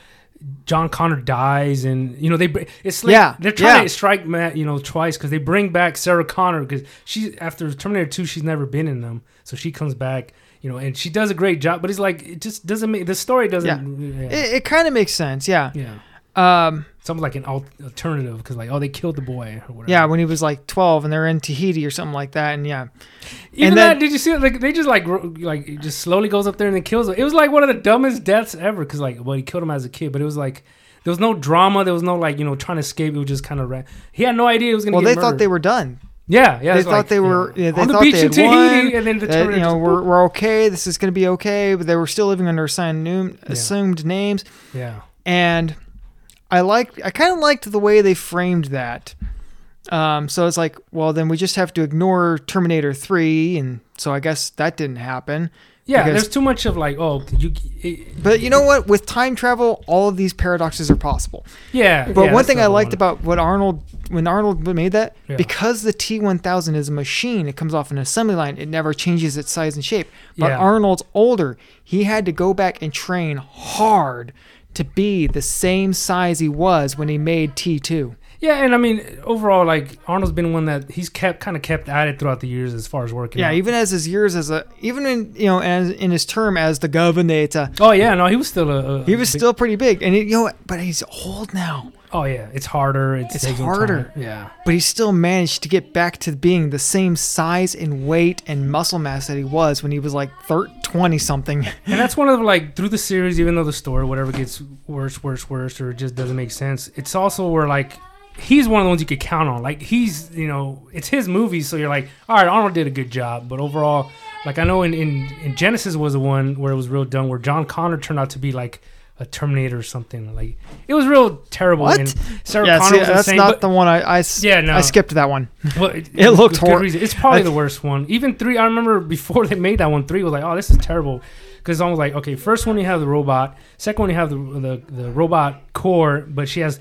John Connor dies, and you know they br- it's like Yeah, they're trying yeah. to strike Matt, you know, twice because they bring back Sarah Connor because she after Terminator Two, she's never been in them, so she comes back, you know, and she does a great job, but it's like it just doesn't make the story doesn't, yeah, yeah. it it kind of makes sense. Yeah. yeah. Um. It's almost like an al- alternative because like oh they killed the boy or whatever. Yeah. When he was like twelve, and they're in Tahiti or something like that, and yeah. Even And then- that, did you see it? Like they just like ro- like it just slowly goes up there and then kills him. It was like one of the dumbest deaths ever because like well he killed him as a kid, but it was like there was no drama, there was no like you know trying to escape. It was just kind of ra- he had no idea he was gonna. Well, get they thought they were done. yeah yeah they it's thought like, they you were know, yeah, they on the thought beach they had in Tahiti won, and then the that, you tornado know just- we're, we're okay. This is going to be okay, but they were still living under assigned num- assumed names. yeah And I liked I kind of liked the way they framed that. Um, so it's like, well, then we just have to ignore Terminator Three, and so I guess that didn't happen. yeah. Because- There's too much of like oh you it, But you know what? With time travel, all of these paradoxes are possible. yeah. But yeah, one that's thing I another liked one. about what Arnold, when Arnold made that, Yeah. because the T1000 is a machine, it comes off an assembly line, it never changes its size and shape. But Yeah. Arnold's older, he had to go back and train hard to be the same size he was when he made T2. yeah, and I mean overall like Arnold's been one that he's kept kind of kept at it throughout the years as far as working. Yeah, out. even as his years as a, even in, you know, as in his term as the governor, oh yeah, no, he was still a, a he was big- still pretty big. And, he, you know, what? but he's old now. oh yeah, it's harder. It's, It's taking harder. time. Yeah. but he still managed to get back to being the same size and weight and muscle mass that he was when he was like 30, 20 something. And that's one of the, like through the series, even though the story, whatever gets worse, worse, worse, or it just doesn't make sense. It's also where like he's one of the ones you could count on. Like he's you know it's his movie, so you're like, all right, Arnold did a good job. But overall, like I know in in, in Genesis was the one where it was real dumb, where John Connor turned out to be like a Terminator or something. Like it was real terrible. What? And Sarah yeah, Connor see, was that's insane. not but, the one I, I, s- Yeah, no. I skipped that one. well, it, It looked was good hor- reason. It's probably I- the worst one. Even three, I remember before they made that one, three was like, oh, this is terrible. Because almost like, okay, first one you have the robot, second one you have the the, the robot core, but she has.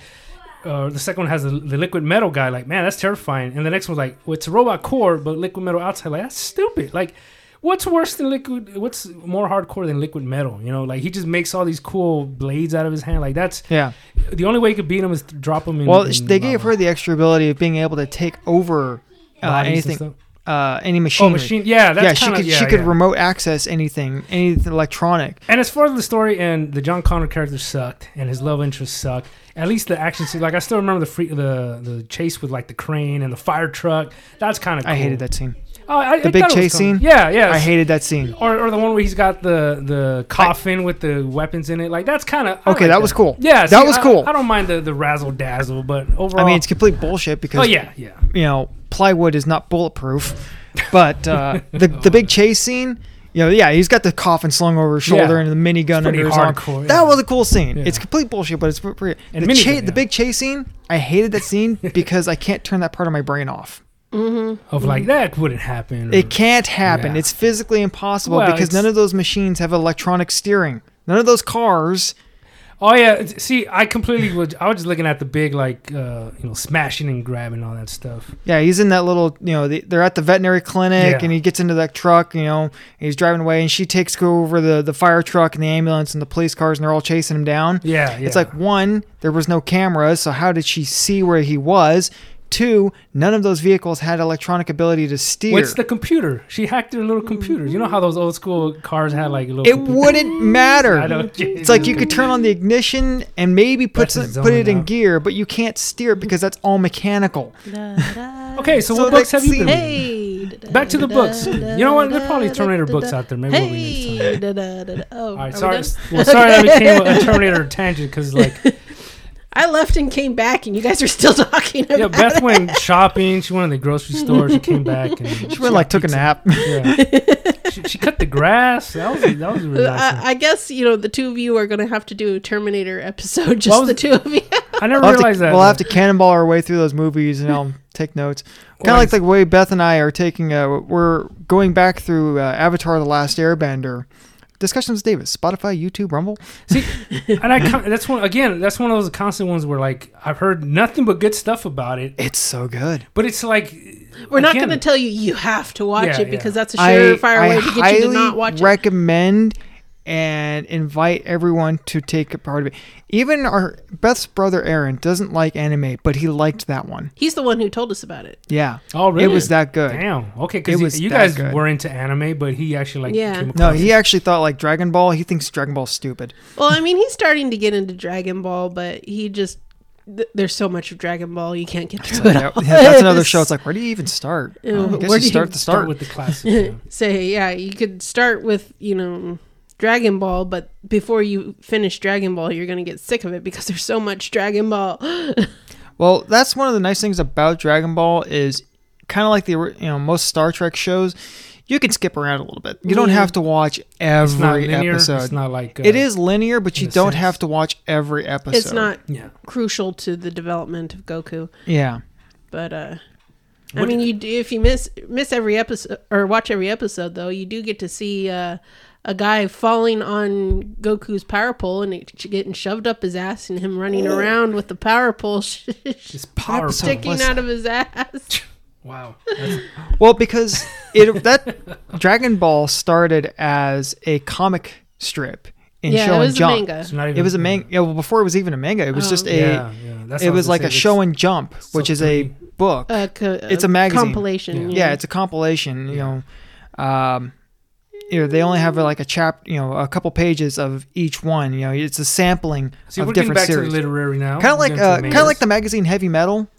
Uh, the second one has the, the liquid metal guy. Like, man, that's terrifying. And the next one's like, well, it's a robot core, but liquid metal outside. Like, that's stupid. Like, what's worse than liquid? What's more hardcore than liquid metal? You know, like he just makes all these cool blades out of his hand. Like that's Yeah. the only way you could beat him is to drop him in. Well, in they gave lava. her uh, the extra ability of being able to take over uh, Bodies and anything, stuff. uh, any Oh, machinery. machine. Yeah, that's yeah, she kinda, could yeah, she could yeah. remote access anything, anything electronic. And as far as the story and the John Connor character sucked, and his love interest sucked. At least the action scene, like I still remember the free, the the chase with like the crane and the fire truck. That's kind of cool. I hated that scene. Oh, I, The I big thought it was chase cool. scene? Yeah, yeah. I hated that scene. Or, or the one where he's got the the coffin with the weapons in it. Like that's kind of Okay, that was cool. Yeah, That see, was I- cool. I don't mind the the razzle dazzle, but overall, I mean, it's complete bullshit oh because yeah, yeah. you know plywood is not bulletproof. But uh, the the big chase scene, you know, yeah, he's got the coffin slung over his shoulder Yeah. and the minigun pretty under his arm. hardcore, yeah. That was a cool scene. Yeah. It's complete bullshit, but it's pretty. And the, minigun, cha- yeah. the big chase scene, I hated that scene because I can't turn that part of my brain off. Of like that wouldn't happen. or- Mm-hmm. It can't happen. Mm. Yeah. It's physically impossible Well, because it's- none of those machines have electronic steering. None of those cars. Oh yeah, it's- see, I completely would. I was just looking at the big like uh, you know smashing and grabbing all that stuff. Yeah, he's in that little, you know, the, they're at the veterinary clinic Yeah. and he gets into that truck, you know, and he's driving away and she takes go over the, the fire truck and the ambulance and the police cars and they're all chasing him down. Yeah, yeah. It's like, one, there was no cameras, so how did she see where he was? Two, none of those vehicles had electronic ability to steer. what's the computer? She hacked her little computer. You know how those old school cars had like a little. it computer? wouldn't matter. I don't- It's like you could turn on the ignition and maybe put That's some, put it in zone out. gear, but you can't steer it because that's all mechanical. Okay, so, So what let's books have you see. been? reading? Hey. Back to the books. You know what? There's probably Terminator books out there. Maybe we'll read next time. Hey. da, da, da, da. Oh, All right, are we sorry. done? Well, sorry that became a Terminator tangent because, like, I left and came back, and you guys are still talking about yeah, Beth went shopping. She went to the grocery store. She came back and She went like took a nap. Yeah. she, she cut the grass. That was that was a really nice. Uh, I, thing. I guess you know the two of you are going to have to do a Terminator episode, just was- the two of you. I never We'll have, realized to, that. we'll have to cannonball our way through those movies and I'll take notes. Kind Well, of like the way Beth and I are taking, uh, we're going back through uh, Avatar The Last Airbender. Discussions with Davis, Spotify, YouTube, Rumble. See, and I con- that's one again. That's one of those constant ones where like I've heard nothing but good stuff about it, It's so good. but it's like We're not again, going to tell you you have to watch Yeah, it because that's a I, surefire I way to get you to highly not watch it. recommend and invite everyone to take a part of it. Even our Beth's brother Aaron doesn't like anime, but he liked that one. He's the one who told us about it. Yeah, Oh, really? it was that good. Damn. Okay, It because was you that guys good. were into anime, but he actually like Yeah. came No, across he actually thought like Dragon Ball. He thinks Dragon Ball's stupid. Well, I mean, he's starting to get into Dragon Ball, but he just th- there's so much of Dragon Ball you can't get through it. Yeah, all. that's another show. It's like, where do you even start? Ew, Oh, I guess where you do you start at the start start. with the classics. yeah. say yeah you could start with you know dragon ball but before you finish dragon ball you're gonna get sick of it because there's so much dragon ball Well, that's one of the nice things about Dragon Ball is kind of like the ori- you know most Star Trek shows. You can skip around a little bit. You don't Yeah. have to watch It's not every linear. episode. It's not like uh, it is linear, but you a don't sense. have to watch every episode. it's not Yeah. crucial to the development of goku Yeah. but uh I What- mean, you do, if you miss miss every episode or watch every episode, though, you do get to see uh, a guy falling on Goku's power pole and it getting shoved up his ass, and him running around with the power pole It's powerful. episode sticking was out of his ass. Wow. That's- Well, because it that Dragon Ball started as a comic strip in yeah, it Shonen was a Jump. manga. it's not even, It was a manga. Yeah, well, before it was even a manga, it was Oh. just a. Yeah, yeah. That's what I It was gonna like say. a show and jump, which is a three. book. a co- It's a magazine. compilation. Yeah. yeah it's a compilation you know um you know they only have uh, like a chap you know a couple pages of each one you know it's a sampling See, we're of getting different back to series the kind literary now. of We're like getting to uh, the kind of like mangas. the magazine heavy metal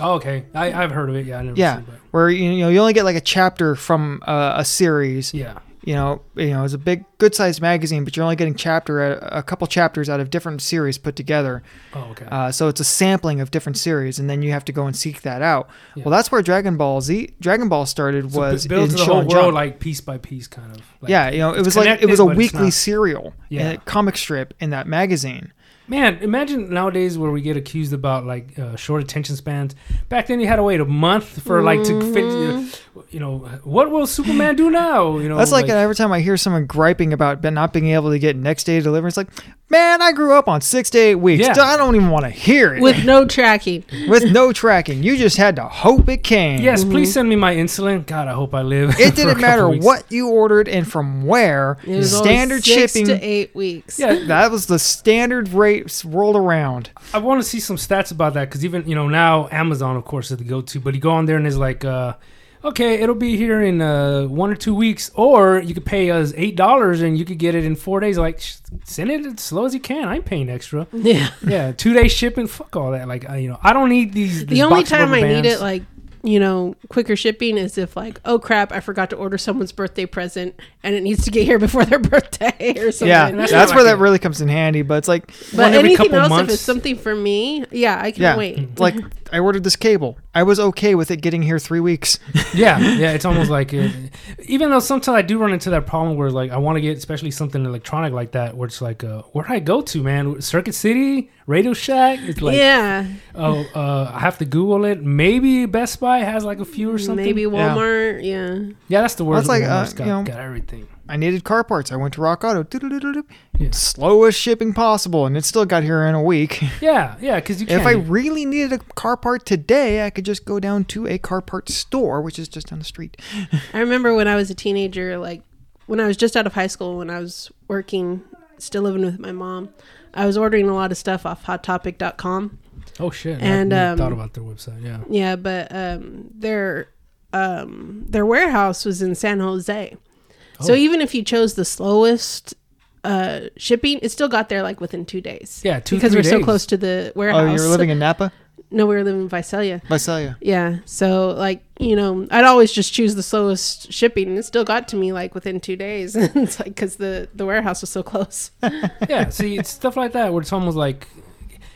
Oh, okay. I, I've heard of it. Yeah, I never yeah seen it. where you know you only get like a chapter from uh, a series but- Yeah. you know you know it's a big good sized magazine but you're only getting chapter uh, a, a couple chapters out of different series put together Oh, okay. Uh, so it's a sampling of different series, and then you have to go and seek that out. Yeah. Well, that's where Dragon Ball Z, Dragon Ball started So was it builds in the whole Shonen world Jump. like piece by piece, kind of. Like, yeah, you know, it was like it connected, was a but it's weekly not. serial, Yeah. yeah. comic strip in that magazine. Man, imagine nowadays where we get accused about like uh, short attention spans. Back then, you had to wait a month for like to fit. Mm. You know, you know, what will Superman do now? You know, That's like, every time I hear someone griping about not being able to get next day delivery, it's like, Man, I grew up on six to eight weeks. Yeah. I don't even want to hear it. With, with no tracking. no tracking, you just had to hope it came. Yes, please send me my insulin. God, I hope I live. Mm-hmm. It for a didn't couple matter weeks. what you ordered and from where. It was only standard six shipping. to eight weeks. Yeah, That was the standard rates rolled around. I want to see some stats about that because even you know now Amazon, of course, is the go-to. But you go on there and it's like, uh, okay, it'll be here in uh, one or two weeks, or you could pay us eight dollars and you could get it in four days. Like, sh- send it as slow as you can. I ain't paying extra. yeah. Yeah, two day shipping. Fuck all that. Like, I, you know, I don't need these. The only time I need it, like, you know, quicker shipping is if, like, oh crap, I forgot to order someone's birthday present and it needs to get here before their birthday or something. yeah, that's that's, not where like that a- really comes in handy. But it's like, one But every anything couple else, months. Mm-hmm. if it's something for me, yeah, I can yeah, wait. like I ordered this cable. I was okay with it getting here three weeks. yeah, yeah. It's almost like, it, even though sometimes I do run into that problem where like I want to get especially something electronic like that, where it's like, uh, where do I go to, man? Circuit City, Radio Shack. It's like. yeah. Oh, uh, I have to Google it. Maybe Best Buy has like a few or something. Maybe Yeah. Walmart. Yeah. Yeah, that's the worst. That's like, Walmart's uh, got, you know- got everything. I needed car parts. I went to Rock Auto. Doo-doo-doo-doo-doo. Yeah. Slowest shipping possible, and it still got here in a week. Yeah, yeah, because you If I can't. really needed a car part today, I could just go down to a car part store, which is just down the street. I remember when I was a teenager, like when I was just out of high school, when I was working, still living with my mom, I was ordering a lot of stuff off hottopic.com. oh shit! and, I never um, thought about their website. Yeah. Yeah, but um, their um, their warehouse was in San Jose. So Oh. even if you chose the slowest uh, shipping, it still got there like within two days. Yeah, two, because three we're so days. close to the Oh, warehouse. you were living in Napa, no, we were living in Visalia. Visalia. Yeah. So like, you know, I'd always just choose the slowest shipping and it still got to me like within two days. it's like, cause the, the warehouse was so close. yeah, see, it's stuff like that where it's almost like,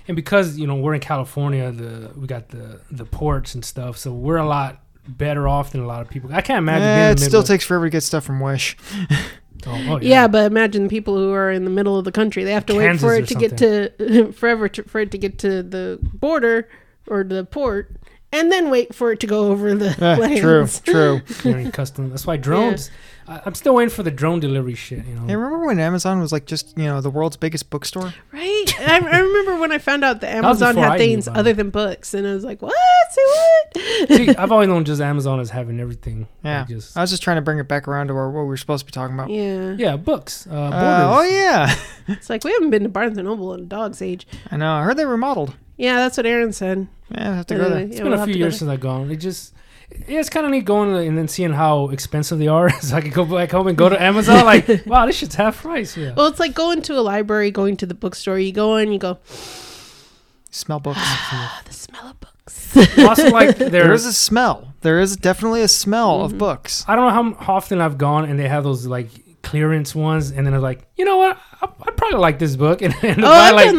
and because you know we're in California, the we got the the ports and stuff, so we're a lot better off than a lot of people. I can't imagine. being Eh, in it the still Midwest- takes forever to get stuff from Wish. Oh, oh, Yeah. But imagine the people who are in the middle of the country, they have to Kansas wait for or it to get to forever to, for it to get to the border or the port and then wait for it to go over the Eh, lands. true, true. Carrying custom. That's why drones. I, I'm still waiting for the drone delivery shit. You know. Hey, remember when Amazon was like just you know the world's biggest bookstore? Right. I, I remember when I found out that was Amazon before had I knew things about other it. than books and I was like, what? Say what? See, uh, I've always known just Amazon as having everything. Yeah, Like, just- I was just trying to bring it back around to our, what we were supposed to be talking about. yeah. yeah, books. Uh, borders. Uh, oh yeah, It's like we haven't been to Barnes and Noble in a dog's age. I know. I heard they remodeled. Yeah, that's what Aaron said. Yeah, I have to Uh, go there. yeah, It's we'll been a have few to go years there. since I've gone. It just yeah, it's kind of neat going and then seeing how expensive they are. so I could go back home and go to Amazon. like, wow, this shit's half price. Yeah. Well, it's like going to a library, going to the bookstore. You go in, you go, Smell books. oh, the smell of books. also, like there's. there is a smell. There is definitely a smell of books. I don't know how m- how often I've gone and they have those like clearance ones, and then I'm like, you know what? I, I probably like this book, and, and oh, buy, I've like, done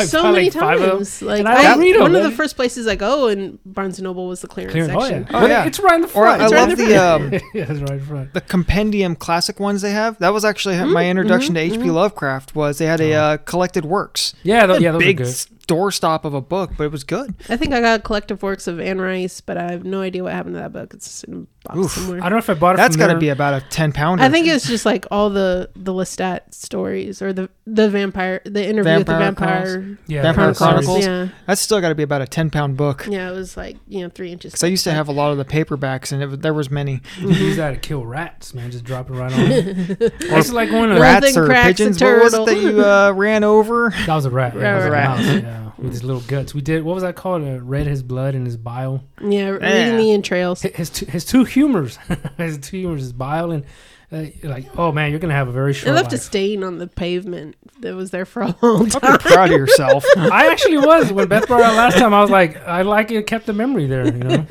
I so buy, many like, five of them. times. Like And I don't I- read 'em, one of the man. first places I go in Barnes and Noble was the clearance Clearance. Oh yeah. section. Oh, Well, yeah. It's right in the Or front. I It's right love in the the um, yeah, it's right in front. the compendium classic ones they have. That was actually how my introduction to H.P. Lovecraft. Was they had a uh, collected works, Yeah, th- Oh, yeah, those big are good. s- doorstop of a book, but it was good. I think I got collective works of Anne Rice, but I have no idea what happened to that book. It's in a box Oof. somewhere. I don't know if I bought it. That's got got to be about a ten pounder. I think it's just like all the the Lestat stories or the the vampire the interview Vampire with the vampire yeah, Vampire that's- Chronicles. Yeah, that's still got to be about a ten pound book. yeah, it was like you know three inches. Because I used to thick. have a lot of the paperbacks, and it, was- there was many. You can use that to kill rats, man. Just drop it right on. It's like going to Rat- Rats or cracks a pigeons. What was it turtle. that you uh, ran over? That was a rat. Rat, Yeah, that was a rat. mouse, yeah, with his little guts. We did. What was that called? Uh, read his blood and his bile. Yeah, reading the entrails. Hi- His two, his two humors. his two humors. His bile and uh, like, oh man, you're gonna have a very It short left a life. stain on the pavement that was there for a long time. You're proud of yourself. I actually was when Beth brought it out last time. I was like, I like it. Kept the memory there, you know.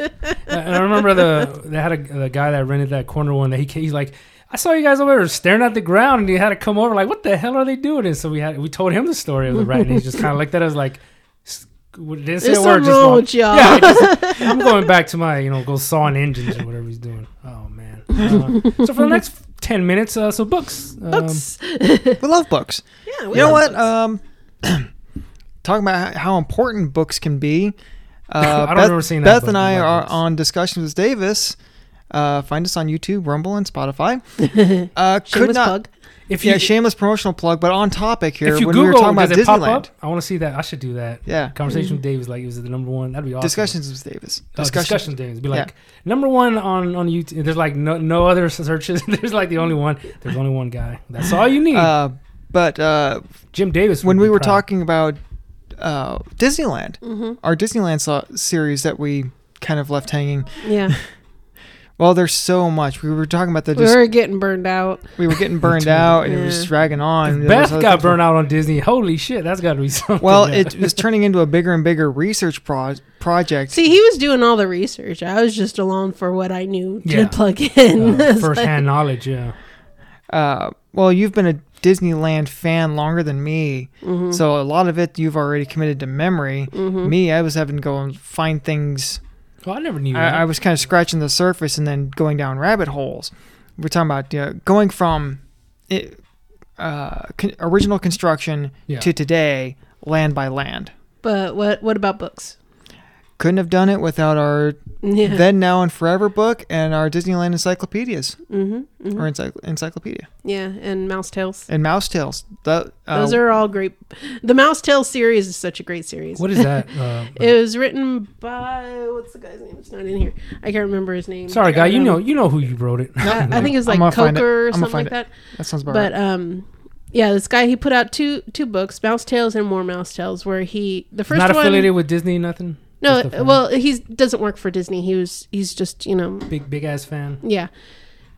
and I remember the they had a the guy that rented that corner one. That he ca- he's like. I saw you guys over there staring at the ground, and you had to come over. Like, what the hell are they doing? And so we had we told him the story of the rat, and he just kind of looked at us like, "S- didn't say There's a word, something just wrong walked with y'all. yeah, I just- Oh. I'm going back to my, you know, go sawing engines or whatever he's doing. Oh man. Uh, so for the next ten minutes, uh, so books. Um, Books. we love books. yeah, you know what? Um, talking about h- how important books can be. Uh, I don't Beth, remember seeing that, Beth but and we I like are books. on discussions with Davis. Uh, find us on YouTube, Rumble, and Spotify. Uh, Shameless could not plug. If you Yeah, shameless promotional plug, but on topic here if you when Google, we were talking about does it pop Disneyland. Mm. up? I want to see that. I should do that. Yeah. Conversation with Dave is like, is it the number one? That'd be awesome. Discussions with Davis. Uh, Discussions. discussion things. Be like number one on on YouTube. There's like no no other searches. There's like the only one. There's only one guy. That's all you need. Uh, but uh, Jim Davis. when would we be were proud. talking about uh, Disneyland, Mm-hmm. our Disneyland so- series that we kind of left hanging. Yeah, Well, there's so much. We were talking about the we just, were getting burned out. we were getting burned out and it Yeah. was just dragging on. There was Beth other got things we- burned out on Disney. Holy shit, that's got to be something. Well, Yeah. it was turning into a bigger and bigger research pro- project. See, he was doing all the research. I was just along for what I knew to Yeah. plug Oh, in. uh, It's first like- hand knowledge. Yeah, uh, well, you've been a Disneyland fan longer than me, Mm-hmm. so a lot of it you've already committed to memory. Me, I was having to go and find things. well, I never knew. that. I, I was kind of scratching the surface and then going down rabbit holes. We're talking about you know, going from it, uh, con- original construction Yeah. to today, land by land. But what what about books? Couldn't have done it without our Yeah. then, now, and forever book and our Disneyland encyclopedias hmm or encycl- encyclopedia Yeah, and Mouse Tales. and Mouse Tales. The, uh, Those are all great. The Mouse Tales series is such a great series. what is that? Uh, It was written by what's the guy's name? It's not in here. I can't remember his name. sorry, I don't guy. You know, you know who you wrote it. I, I think it was I'm like gonna find it. I'm Coker or gonna something find like it. that. that sounds about right. But um, yeah, this guy he put out two two books, Mouse Tales and More Mouse Tales, where he the first not one affiliated with Disney. Nothing. no, Just a fan. well he doesn't work for Disney. He was he's just you know big big ass fan. yeah,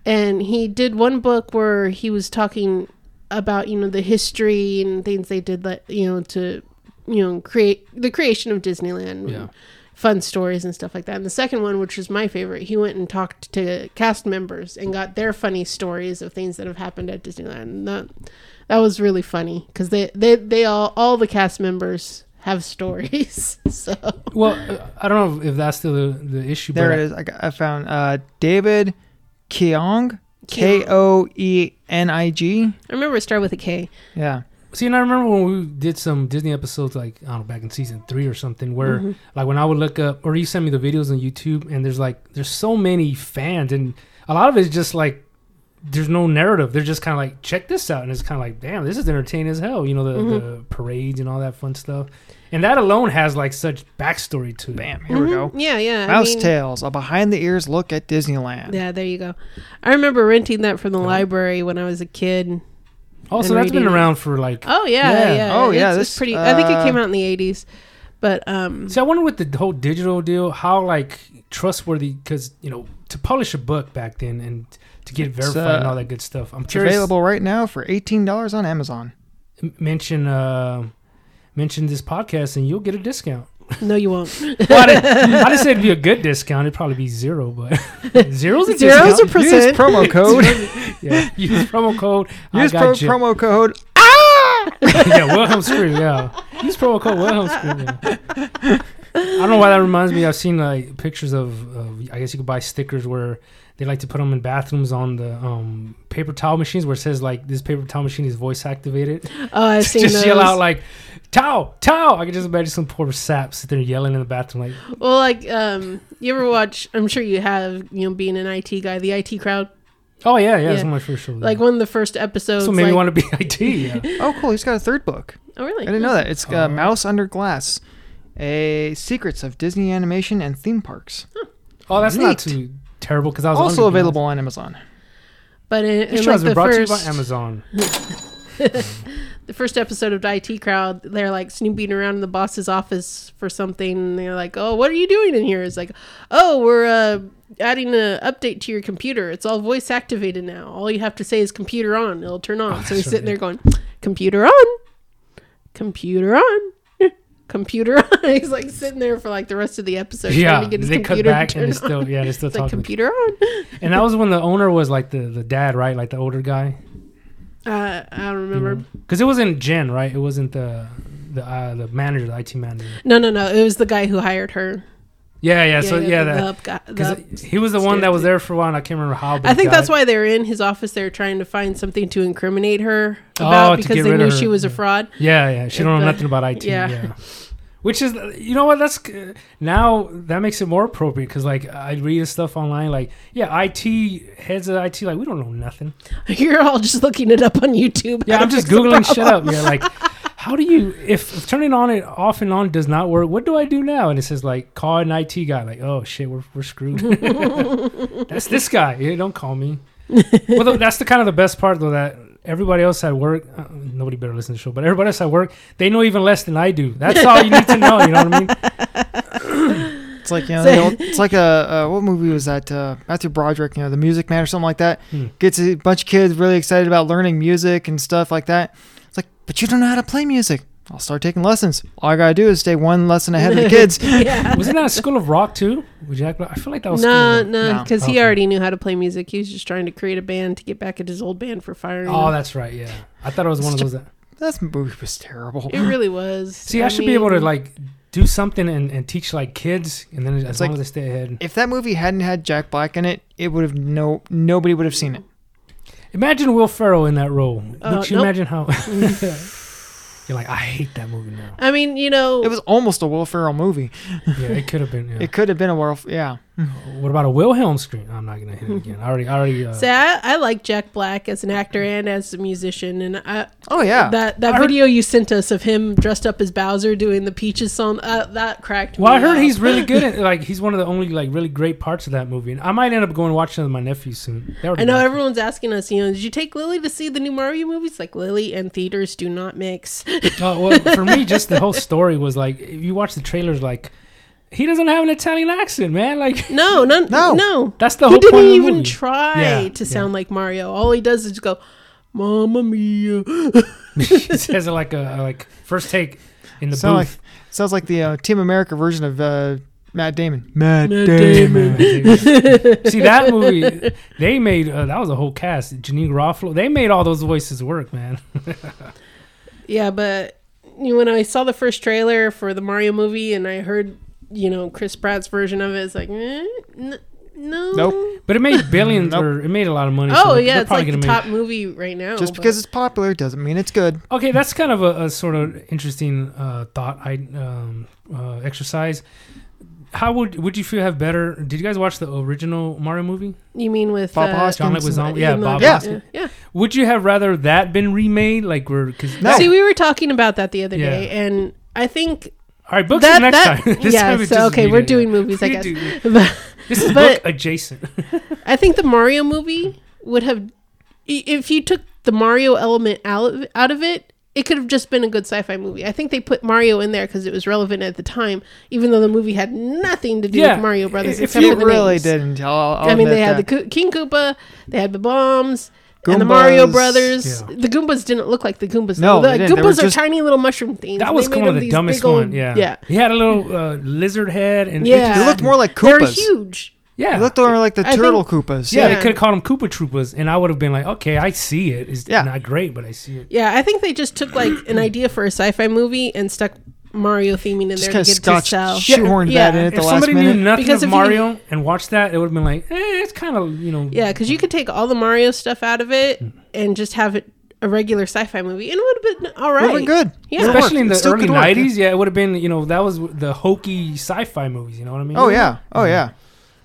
and he did one book where he was talking about you know the history and things they did that you know to you know create the creation of Disneyland. Yeah. Fun stories and stuff like that. And the second one, which was my favorite, he went and talked to cast members and got their funny stories of things that have happened at Disneyland. And that that was really funny because they, they they all all the cast members have stories. so Well, uh, I don't know if that's still the, the issue. There but it is. I, got- I found uh, David Keong, K Keong. O E N I G. I remember it started with a K. Yeah. See, and I remember when we did some Disney episodes, like I don't know, back in season three or something, where Mm-hmm. like when I would look up, or you send me the videos on YouTube, and there's like there's so many fans, and a lot of it's just like there's no narrative. They're just kind of like check this out, and it's kind of like damn, this is entertaining as hell. You know the, Mm-hmm. the parades and all that fun stuff, and that alone has like such backstory to it. Bam. Here we Mhm. go. Yeah, yeah. I Mouse mean- Tales, a behind the ears look at Disneyland. Yeah, there you go. I remember renting that from the library when I was a kid. Also, And Oh, that's been reading it. around for like. Uh, Oh yeah, Yeah. yeah. Oh, yeah, It's, this, it's pretty. I think it uh, came out in the eighties, but um, See, I wonder with the whole digital deal, how like trustworthy, because you know, to publish a book back then and to get verified and uh, all that good stuff. I'm It's curious. available right now for $18 on Amazon. m- Mention uh, mention this podcast and you'll get a discount. no, you won't. Well, I, didn't, I didn't say it'd be a good discount. It'd probably be zero, but zero's a Zero's discount. a percent. Use promo code. yeah, use promo code. use I pro- got you. promo code. yeah, Wilhelm Scream. Yeah, use promo code Wilhelm Scream. Yeah. I don't know why that reminds me. I've seen like pictures of, of I guess you could buy stickers where they like to put them in bathrooms on the um, paper towel machines where it says like this paper towel machine is voice activated. Oh, I've seen just those. yell out like towel, towel. I can just imagine some poor sap sitting there yelling in the bathroom like well, like um, you ever watch? I'm sure you have. You know, being an IT guy, the IT crowd. oh yeah yeah, that's Yeah. my first show. Like one of the first episodes. so maybe like, want to be IT. Yeah. Oh, cool. He's got a third book. Oh, I really? didn't know that. It's uh, Oh. Mouse Under Glass, a secrets of Disney animation and theme parks. Oh, that's Neat. not too terrible because I was Also under- available on Amazon. But in, This in show like has the been brought first, to you by Amazon. the first episode of the IT crowd, they're like snooping around in the boss's office for something. And they're like, "Oh, what are you doing in here?" It's like, "Oh, we're uh, adding an update to your computer. It's all voice activated now. All you have to say is computer on. It'll turn on." so he's Oh, that's sitting there right. going, "Computer on, computer on." Computer on. He's like sitting there for like the rest of the episode trying Yeah, to get his they cut computer back to and turn they on. still yeah they still It's like talking. computer on. And that was when the owner was like the, the dad, right? Like the older guy. Uh, I don't remember. Because it wasn't Jen, right? It wasn't the the uh, the manager, the IT manager. No, no, no. It was the guy who hired her. Yeah, yeah. so yeah, the, that up guy- the up- because he was the one that was there for a while. and I can't remember how. But I he think that's died. why they're in his office. They're trying to find something to incriminate her Oh, about to because get they rid of knew her, she was a yeah. fraud. Yeah, yeah. She If don't know the- nothing about IT. Yeah. uh, yeah. Which is, you know what? That's now that makes it more appropriate because, like, I read stuff online, like, yeah, IT heads of IT, like, we don't know nothing. You're all just looking it up on YouTube. Yeah, how I'm to just fix the googling shit problem. up. Yeah, like, how do you if, if turning on and off and on does not work? What do I do now? And it says like, call an IT guy. Like, oh shit, we're we're screwed. that's this guy. Yeah, don't call me. well, though, that's the kind of the best part though that everybody else at work, uh, nobody better listen to the show, but everybody else at work, they know even less than I do. That's all you need to know. You know what I mean? It's like you know, they all- it's like a uh, what movie was that? Uh, Matthew Broderick, you know, The Music Man or something like that. Hmm. Gets a bunch of kids really excited about learning music and stuff like that. It's like, but you don't know how to play music. I'll start taking lessons. All I gotta do is stay one lesson ahead of the kids. yeah. Wasn't that a School of Rock too? Would you act? I feel like that was. No, School of Rock. No. no, because he Okay. already knew how to play music. He was just trying to create a band to get back at his old band for firing. Oh, him. that's right. Yeah, I thought it was one of Such a those. That, that movie was terrible. it really was. See, I, should be able to mean, like do something and, and teach like kids, and then as It's long like- as they stay ahead. If that movie hadn't had Jack Black in it, it would have no nobody would have seen it. Imagine Will Ferrell in that role. Uh, Would you nope. imagine how? You're like, I hate that movie now. I mean, you know, It was almost a Will Ferrell movie. Yeah, it could have been. Yeah. It could have been a Will. Yeah, what about a Wilhelm scream? I'm not gonna hit it again. I already, I already. Uh, see, I, I like Jack Black as an actor and as a musician, and I, Oh yeah. that that I heard- video you sent us of him dressed up as Bowser doing the Peaches song uh, that cracked. well, me I heard up. he's really good. At, like, he's one of the only like really great parts of that movie. And I might end up going and watching it with my nephew soon. That would I be know nice. everyone's asking us, you know, did you take Lily to see the new Mario movies? Like Lily and theaters do not mix. Uh, well, for me, just the whole story was like, if you watch the trailers, like, he doesn't have an Italian accent, man. Like, No, none, No. no, no. that's the He whole didn't point Oh, of the even movie. try Yeah, to yeah. sound like Mario. All he does is just go, "Mamma mia." He says it like a like first take in the Sound booth. Sounds like the uh, Team America version of uh, Matt Damon. Matt, Matt Damon. See that movie? They made uh, that was a whole cast. Janine Garofalo. They made all those voices work, man. yeah, but you know, when I saw the first trailer for the Mario movie and I heard, you know, Chris Pratt's version of it, it's like, eh, n- no, Nope. But it made billions, Nope. or it made a lot of money. so Oh they're yeah, it's probably like the gonna top movie right now. Just but- because it's popular doesn't mean it's good. Okay, that's kind of a, a sort of interesting uh, thought I um, uh, exercise. How would would you feel have better? Did you guys watch the original Mario movie? you mean with Bob uh, Hoskins. John Leguizamo, yeah, even though- Bob Yeah. Hoskins. yeah. Would you have rather that been remade? Like we're because No. See, we were talking about that the other Yeah. day, and I think all right, books that next that time. This yeah. time it's so just okay, read we're it, yeah. doing movies, I You guess. do. But This is But- book adjacent. I think the Mario movie would have, i- if you took the Mario element out of, out of it, it could have just been a good sci-fi movie. I think they put Mario in there because it was relevant at the time, even though the movie had nothing to do Yeah, with Mario Brothers. i- if except you for It the really names. didn't. I'll, I'll I mean, they admit had that. the Ko- King Koopa, they had the bombs. And the Mario Goombas. Brothers, Yeah. the Goombas didn't look like the Goombas. No, the they didn't. They were Goombas are just- tiny little mushroom things. That and was they made kind of them the these dumbest big old- one. Yeah. yeah. He had a little uh, lizard head and it Yeah. They just- looked more like They're Koopas. huge. They yeah. looked more like the I think- turtle Koopas. yeah, they Yeah. could have called them Koopa Troopas, and I would have been like, okay, I see it. It's Yeah. not great, but I see it. Yeah, I think they just took like an idea for a sci-fi movie and stuck Mario theming in Just there kind to of get scotch to sell. shoehorned Yeah. that in at the if last somebody knew minute. nothing Because of if you- Mario and watched that, it would have been like, eh, it's kind of you know. Yeah, because you could take all the Mario stuff out of it and just have it a regular sci-fi movie, and it would have been all Would've right. been good. Yeah. Would've Especially in worked. the It still early could work. '90s, yeah, it would have been you know that was the hokey sci-fi movies. You know what I mean? Oh yeah. Oh yeah.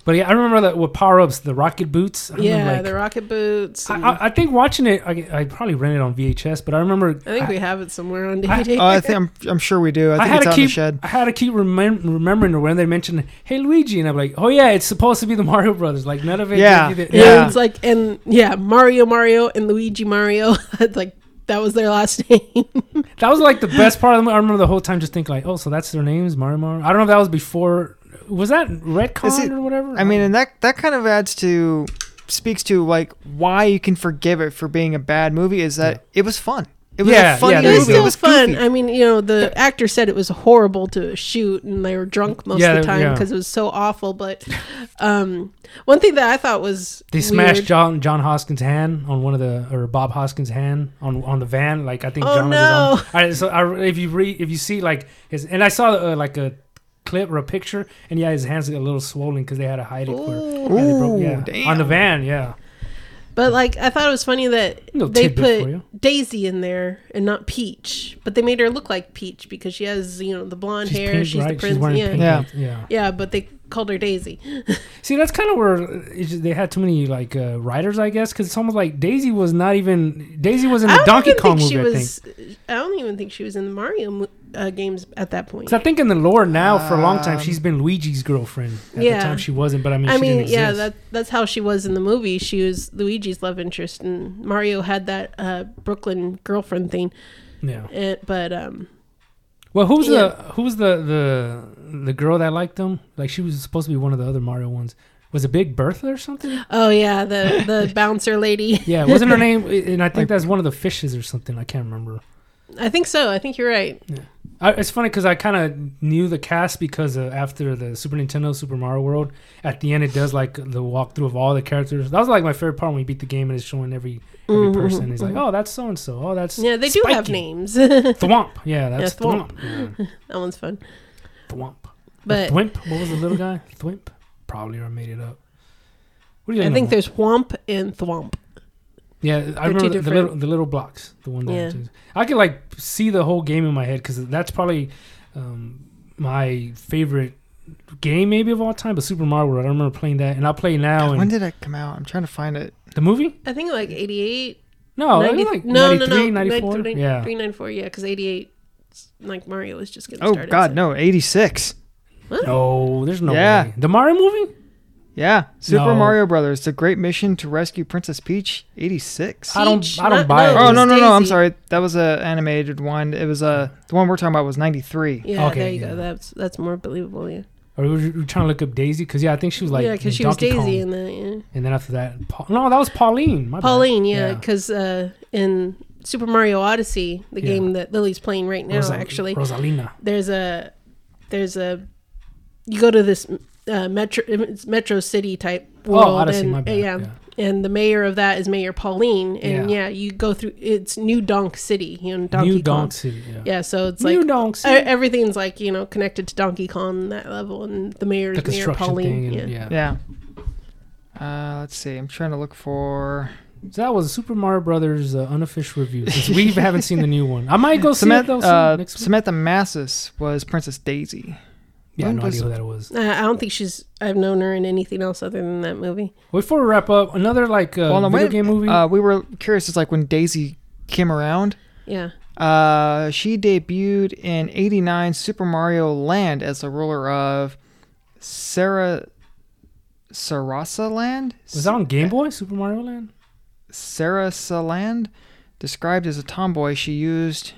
But yeah, I remember that with power-ups, the rocket boots. I remember, Yeah, like, the rocket boots. I, and- I, I think watching it, I, I probably rented it on VHS, but I remember I think we have it somewhere on I- DVD. Oh, I think I'm, I'm sure we do. I think had it's to out in the keep. shed. I had to keep remem- remembering when they mentioned, "Hey Luigi," and I'm like, "Oh yeah, it's supposed to be the Mario Brothers." Like none of it. Yeah. gave you the- yeah. Yeah. it's like and yeah, Mario Mario and Luigi Mario. It's like that was their last name. That was like the best part of the. I remember the whole time just thinking like, "Oh, so that's their names, Mario Mario." I don't know if that was before. Was that Is retcon it- or whatever? I mean, and that that kind of adds to speaks to like why you can forgive it for being a bad movie is that it was fun. It was Yeah, a funny yeah, it there you movie. go. was It still was fun. goofy. I mean, you know, the actor said it was horrible to shoot, and they were drunk most Yeah, of the time yeah. because it was so awful. But um, one thing that I thought was they smashed weird- John John Hoskins' hand on one of the or Bob Hoskins' hand on on the van. Like I think. Oh, John was no. on- I, so I, if you read, if you see like his, and I saw uh, like a clip or a picture, and yeah, his hands are a little swollen because they had to hide it. For, Ooh. yeah, they broke- Ooh, yeah. damn. on the van, yeah. But like, I thought it was funny that Little they tidbit for you. put Daisy in there and not Peach, but they made her look like Peach because she has you know the blonde She's hair. pink, she's the right? She's princess. wearing yeah, pink. Yeah. right? yeah. yeah, but they called her Daisy. See, that's kind of where uh, it's just- they had too many like uh, writers, I guess, because it's almost like Daisy was not even Daisy was in the I don't Donkey even Kong think movie. she I think. was. I don't even think she was in the Mario mo- uh, games at that point. Because I think in the lore now, for a long time, Um, she's been Luigi's girlfriend. At Yeah. the time, she wasn't, but I mean, I she mean, didn't yeah, exist. that that's how she was in the movie. She was Luigi's love interest, and Mario had that uh, Brooklyn girlfriend thing. yeah. It, but um, Well, who's Yeah. the who's the the the girl that liked them? Like she was supposed to be one of the other Mario ones. Was it Big Bertha or something? oh yeah, the the bouncer lady. Yeah, wasn't her name? And I think Like- that's one of the fishes or something. I can't remember. I think so. I think you're right. I, it's funny because I kind of knew the cast because uh, after the Super Nintendo Super Mario World, at the end it does like the walkthrough of all the characters. That was like my favorite part when we beat the game and it's showing every every Mhm, person. He's like, mhm. oh, that's so and so. Oh, that's Yeah, they do have Spiky." names. that Thwomp. Yeah, that's Yeah, Thwomp. Thwomp. Yeah, one's fun. Thwomp. But Thwimp. What was the little guy? Thwimp. Probably or made it up. What do you I think know? there's Womp and Thwomp. Yeah, I two remember the- the different- little the little blocks. The one that Yeah. I could like see the whole game in my head because that's probably um, my favorite game maybe of all time. But Super Mario World, I remember playing that, and I play now. When And did it come out? I'm trying to find it. the movie? I think like 88. No, Oh, it was 90 like no, no, 93, no, 94. 93, yeah, 394, yeah, because 88, 's, like Mario was just getting Oh started. God, so- no, '86. What? no, there's no Yeah. way. The Mario movie? Yeah, Super No. Mario Brothers: The Great Mission to Rescue Princess Peach, '86. I don't, Peach, I don't not- buy no, it. Oh no no no! I'm Daisy. sorry. That was a animated one. It was uh, the one we're talking about was '93. Yeah, Okay, there you yeah. go. That's that's more believable, yeah. Or were you trying to look up Daisy? Because yeah, I think she was like yeah, in because she was Donkey Daisy Kong. in that, yeah. and then after that, Paul, no, that was Pauline. My bad. Pauline, yeah, Yeah. because uh, in Super Mario Odyssey, the Yeah. game that Lily's playing right now, Rosa- actually, Rosalina. there's a there's a you go to this uh, metro it's metro city type world, oh, Odyssey. and my bad. yeah, and the mayor of that is Mayor Pauline, and Yeah. yeah, you go through it's New Donk City, you know, Donkey New Kong. Donk City. Yeah. Yeah, so it's New like Donk e- City. everything's like you know connected to Donkey Kong on that level, and the mayor the is Mayor construction Pauline. thing. yeah. And, yeah. Yeah. Uh, let's see. I'm trying to look for So that was Super Mario Brothers uh, unofficial review. Since we haven't seen the new one. I might go see it Samantha. though soon, Uh, next week. Samantha Massis was Princess Daisy. yeah, no was- idea what that was. Uh, I don't think she's. I've known her in anything else other than that movie. Before we wrap up, another like uh, Well, no, video wait, game movie. Uh, we were curious. It's like when Daisy came around. Yeah. Uh, she debuted in '89 Super Mario Land as the ruler of Sarah Sarasa Land. was that on Game Boy? Super Mario Land. Sarah Saland, described as a tomboy, she used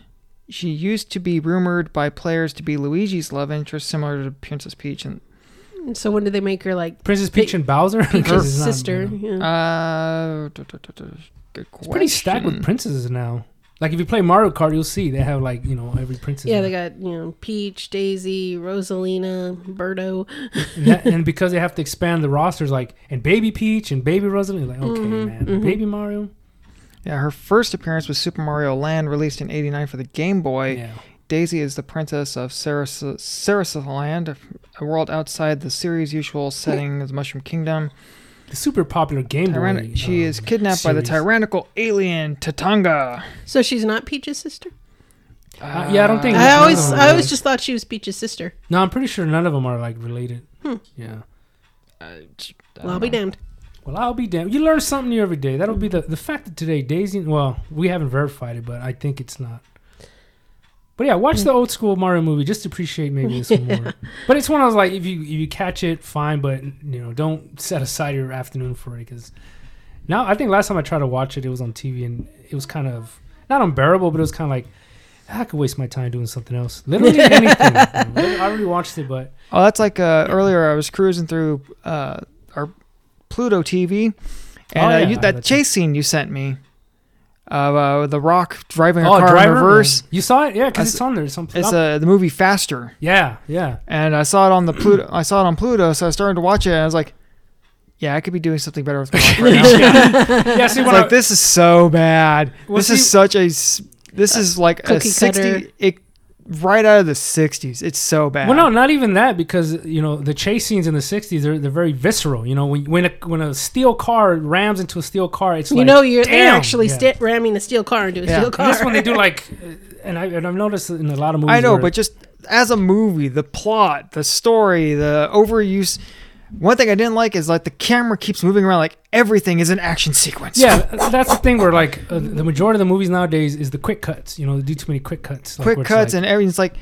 she used to be rumored by players to be Luigi's love interest, similar to Princess Peach. And So when did they make her like Princess Peach and Bowser. 'Cause Peach's it's not- sister? you know. Yeah. uh, duh, duh, duh, duh, good It's pretty stacked with question. princesses now. Like if you play Mario Kart, you'll see they have like you know every princess. Yeah, in they it. got you know Peach, Daisy, Rosalina, Birdo. and, that, and because they have to expand the rosters, like and Baby Peach and Baby Rosalina, like okay, Mm-hmm, Mhm, man, mhm. Baby Mario. Yeah, her first appearance was Super Mario Land, released in '89 for the Game Boy. Yeah. Daisy is the princess of Sarasa Sarasa Land, a- a world outside the series' usual setting of the Mushroom Kingdom. The super popular Game Tyranni- Boy. she um, is kidnapped by the series. tyrannical alien Tatanga. So she's not Peach's sister. Uh, yeah, I don't think- I no, always, no, I no. always just thought she was Peach's sister. No, I'm pretty sure none of them are like related. Hmm. Yeah. I Well, I'll don't be know. damned. Well, I'll be damned. You learn something new every day. That'll be the the fact that today Daisy. Well, we haven't verified it, but I think it's not. But yeah, watch the old school Mario movie just to appreciate maybe this one more. But it's one I was like, if you if you catch it, fine. But you know, don't set aside your afternoon for it because now I think last time I tried to watch it, it was on TV and it was kind of not unbearable, but it was kind of like "Ah, I could waste my time doing something else. Literally anything. I already watched it, but Oh, that's like uh, earlier. I was cruising through uh, our Pluto TV, and Oh, uh, yeah, you, I that bet chase scene you sent me of uh, the Rock driving a oh, car driver in reverse. You saw it, yeah, I because s- it's on there. Some It's uh, the movie Faster, yeah, yeah. and I saw it on the Pluto. I saw it on Pluto, so I started to watch it, and I was like, "Yeah, I could be doing something better with my life right now." yeah, see, It's when like I, this is so bad. Well, this see- is such a. s- This is like a Cookie cutter. sixty. It, right out of the '60s. It's so bad. Well, no, not even that because you know the chase scenes in the '60s they're, they're very visceral. You know when when a, when a steel car rams into a steel car, it's You like, know, you're they're damn! actually Yeah. sti- ramming a steel car into a Yeah. steel And car. This one they do like, uh, and I and I've noticed in a lot of movies. I know, where- but just as a movie, the plot, the story, the overuse. One thing I didn't like is like the camera keeps moving around. Like everything is an action sequence. yeah, th- that's the thing where like uh, the majority of the movies nowadays is the quick cuts. You know, they do too many quick cuts. like, quick where it's cuts like- and everything's like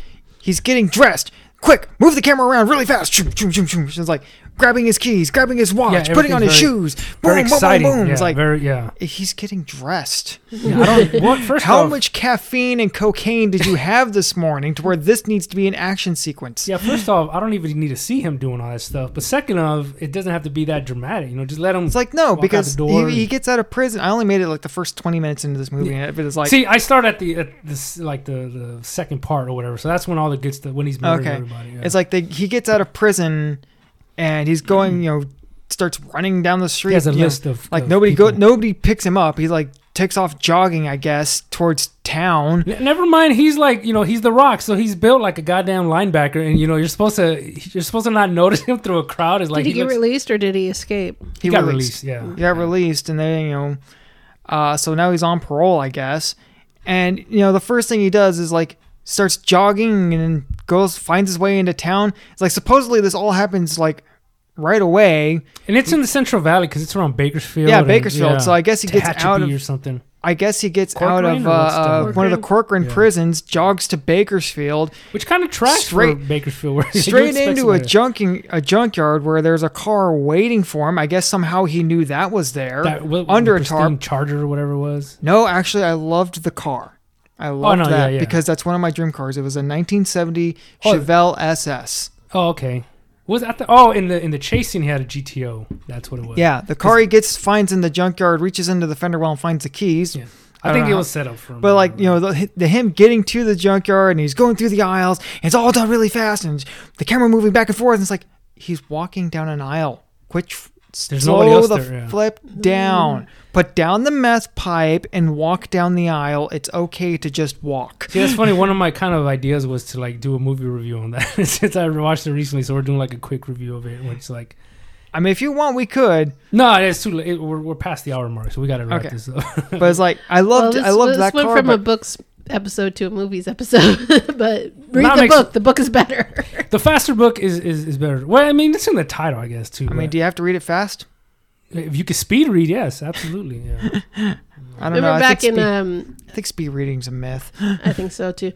he's getting dressed. Quick, move the camera around really fast. Choom, choom, choom, choom. It's like grabbing his keys, grabbing his watch, putting on his shoes. everything's Boom, very boom, boom, exciting. boom. Yeah, It's like very yeah. he's getting dressed. Yeah, I don't. What, first How off- much caffeine and cocaine did you have this morning to where this needs to be an action sequence? Yeah, first off, I don't even need to see him doing all that stuff. But second of, it doesn't have to be that dramatic. You know, just let him. It's like no, Walk out because the door. he, he gets out of prison. I only made it like the first twenty minutes into this movie, and it was like see, I start at the at this like the, the second part or whatever. So that's when all the good stuff when he's murdering Okay. everybody. Yeah. it's like they, he gets out of prison, and he's going, you know, starts running down the street. he has a you know, list of like of nobody people. go, nobody picks him up. He like takes off jogging, I guess, towards town. N- Never mind. He's like you know he's the rock, so he's built like a goddamn linebacker, and you know you're supposed to you're supposed to not notice him through a crowd. Is like did he, get looks- released or did he escape? he got released. Yeah. He got released, and then you know, uh, so now he's on parole, I guess. And you know, the first thing he does is like starts jogging and then goes finds his way into town. It's like supposedly this all happens like right away. and it's in the Central Valley because it's around Bakersfield. Yeah, and- Bakersfield. So I guess he gets Tehachapi out of- or something. I guess he gets out Corcoran of or uh, what's uh, that? one of the Corcoran Yeah. prisons, jogs to Bakersfield, Which kind of tracks for Straight- Bakersfield. Where you straight expect into a somebody- junking a junkyard where there's a car waiting for him. I guess somehow he knew that was there that, what, under the a tarp. pristine Charger or whatever it was. No, actually, I loved the car. I loved Oh, no, that yeah, yeah. because that's one of my dream cars. It was a 1970 Oh. Chevelle SS. Oh, okay. Was at the oh in the in the chase scene he had a GTO. That's what it was. Yeah, the car he gets finds in the junkyard, reaches into the fender well and finds the keys. Yeah. I I, don't think know it how- was set up for. him. Uh-huh. But like you know, the, the him getting to the junkyard and he's going through the aisles. And it's all done really fast, and the camera moving back and forth. And it's like he's walking down an aisle. Quick, f- There's slow nobody else the there, yeah. flip down. Put down the meth pipe and walk down the aisle. It's okay to just walk. See, that's funny. One of my kind of ideas was to like do a movie review on that since I watched it recently. So we're doing like a quick review of it, which like I mean, if you want, we could. no, it's too late. It- we're, we're past the hour mark, so we got to wrap Okay. this up. But it's like I loved, this, I loved this that went car. from a but books episode to a movies episode. but read Not the makes- book. The book is better. the faster book is, is is better. Well, I mean, it's in the title, I guess too. I mean, but do you have to read it fast? if you could speed read, yes, absolutely. Yeah. I don't Remember know. I back think, in speed, um, I think speed reading's a myth. I think so too.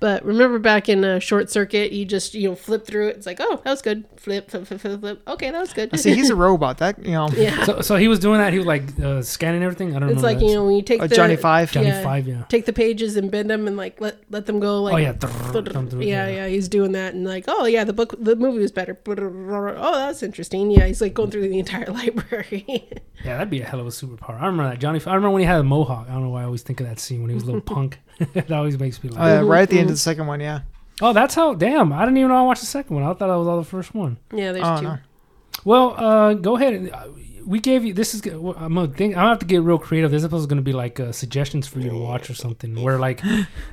But remember back in uh, Short Circuit, you just you know flip through it. It's like, oh, that was good. Flip, flip, flip, flip, flip. Okay, that was good. I see, he's a robot. That you know, yeah, So, so he was doing that. He was like uh, scanning everything. I don't know. it's like you know when you take a the Johnny Five. Johnny yeah. Five. Yeah. take the pages and bend them and like let let them go. Like oh yeah. Thumb through it, yeah, yeah, he's doing that, and like, oh yeah, the book, the movie was better. Oh, that's interesting. Yeah, he's like going through the entire library. Yeah, that'd be a hell of a superpower. I remember that Johnny. I remember when he had a mohawk. I don't know why I always think of that scene when he was a little punk. that always makes me laugh. Uh, right at the Mm-hmm. end of the second one, yeah. Oh, that's how. Damn, I didn't even know I watched the second one. I thought that was all the first one. yeah, there's Oh two. no, Well, uh, go ahead. and, uh, We gave you this is. g- well, I'm gonna think. I have to get real creative. This is going to be like uh, suggestions for you to watch or something. Where like,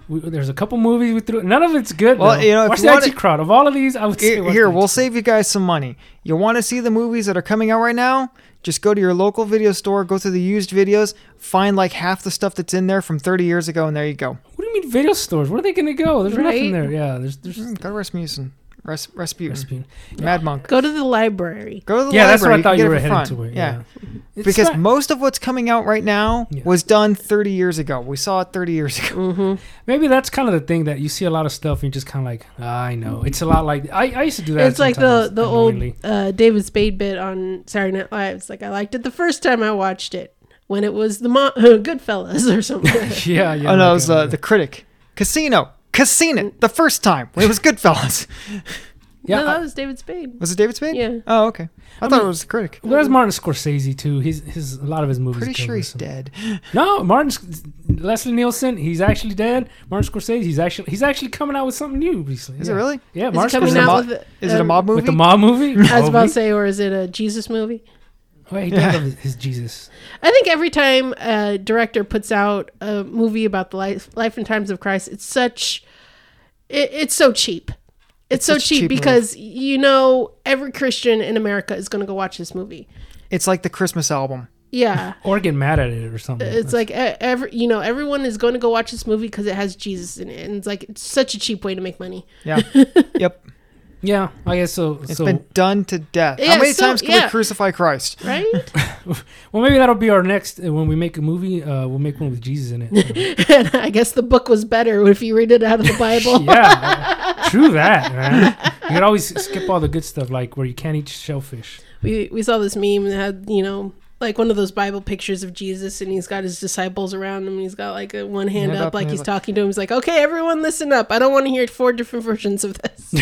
we, there's a couple movies we threw. None of it's good. Well, though. you know, if watch you the wanna- IT crowd. Of all of these, I would say Here, watch here, the we'll IT save you guys some money. You want to see the movies that are coming out right now? Just go to your local video store, go through the used videos, find like half the stuff that's in there from 30 years ago, and there you go. What do you mean video stores? Where are they going to go? There's nothing Right? there. Yeah, there's there's. Mm, Go to Rasmussen, Res- Rasputin, Rasputin. Mad Monk. Go to the library. Go to the Yeah, that's what library, I thought you, can were get it for heading free. to. It. yeah. Yeah, It's because not- most of what's coming out right now Yeah. was done 30 years ago. We saw it 30 years ago. Mm-hmm. Maybe that's kind of the thing that you see a lot of stuff and you're just kind of like, "Ah, I know. It's a lot like I, I used to do that. It's like the sometimes, the old annoyingly. uh, David Spade bit on Saturday Night Live. It's like I liked it the first time I watched it when it was the mo- Goodfellas or something. Yeah, yeah. oh no, like, it was uh, uh, the critic. Casino, Casino. The first time it was Goodfellas. yeah. no, I- that was David Spade. Was it David Spade? Yeah. Oh okay. I, Um, thought it was the critic. well, that's Martin Scorsese too. He's his a lot of his movies. Pretty deal sure with he's some- dead. No, Martin Sc- Leslie Nielsen. He's actually dead. Martin Scorsese. He's actually he's actually coming out with something new recently. Is yeah. it really? Yeah, Is it Martin coming a Scorsese. mo- out with Is it a mob movie? with the mob movie. I was about to Movie? say, or is it a Jesus movie? Wait, he Yeah. died of his- his Jesus. I think every time a director puts out a movie about the life, life and times of Christ, it's such it, it's so cheap. It's, so such a cheap, cheap move. because you know every Christian in America is going to go watch this movie. It's like the Christmas album. Yeah. or get mad at it or something. It's like e- every you know everyone is going to go watch this movie because it has Jesus in it, and it's like it's such a cheap way to make money. Yeah. yep. yeah, I guess so. It's so been done to death. Yeah, How many so- times can yeah. we crucify Christ? Right? well, maybe that'll be our next when we make a movie. Uh, we'll make one with Jesus in it. and I guess the book was better if you read it out of the Bible. yeah, true that. Man. You could always skip all the good stuff, like where you can't eat shellfish. we we saw this meme that had you know like one of those Bible pictures of Jesus, and he's got his disciples around him, and he's got like a one hand Hand up, up, like and he's he's like- talking to him. He's like, "Okay, everyone, listen up. I don't want to hear four different versions of this,"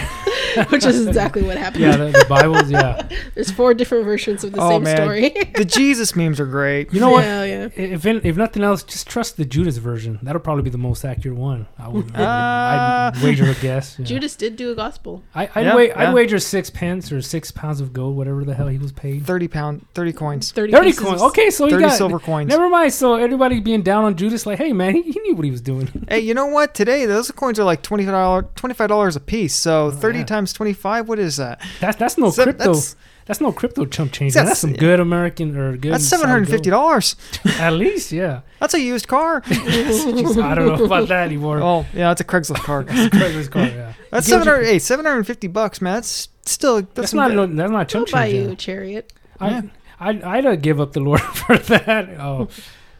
which is exactly what happened. Yeah, the, the Bible's. Yeah, There's four different versions of the Oh, same man. story. The Jesus memes are great. you know what? Yeah, yeah. If if nothing else, just trust the Judas version. That'll probably be the most accurate one. I would. Ah. I'd wager a guess. yeah. Judas did do a gospel. I, I'd, Yeah, wa- yeah. I'd wager six pence or six pounds of gold, whatever the hell he was paid. Thirty pound, thirty coins, Thirty, Thirty pieces of coins. Okay, so oh, you thirty got silver coins. Never mind. So everybody being down on Judas, like, hey man, he, he knew what he was doing. Hey, you know what? Today those coins are like twenty five dollars, twenty five dollars a piece. So thirty Oh, yeah. times twenty five, what is that? That's that's no So crypto. that's- That's, no crypto chump change. man. That's- That's, some good American or good. That's solid seven hundred fifty gold. dollars. At least, yeah. That's a used car. Jeez, I don't know about that anymore. oh yeah, that's a Craigslist card. Craigslist card, yeah. That's You get seven your- hundred. Hey, seven hundred fifty bucks, man. That's still that's, That's some not good- no, that's not I'll chump buy change. you a yeah. chariot. Yeah. I I'd, I'd uh, give up the Lord for that. Oh,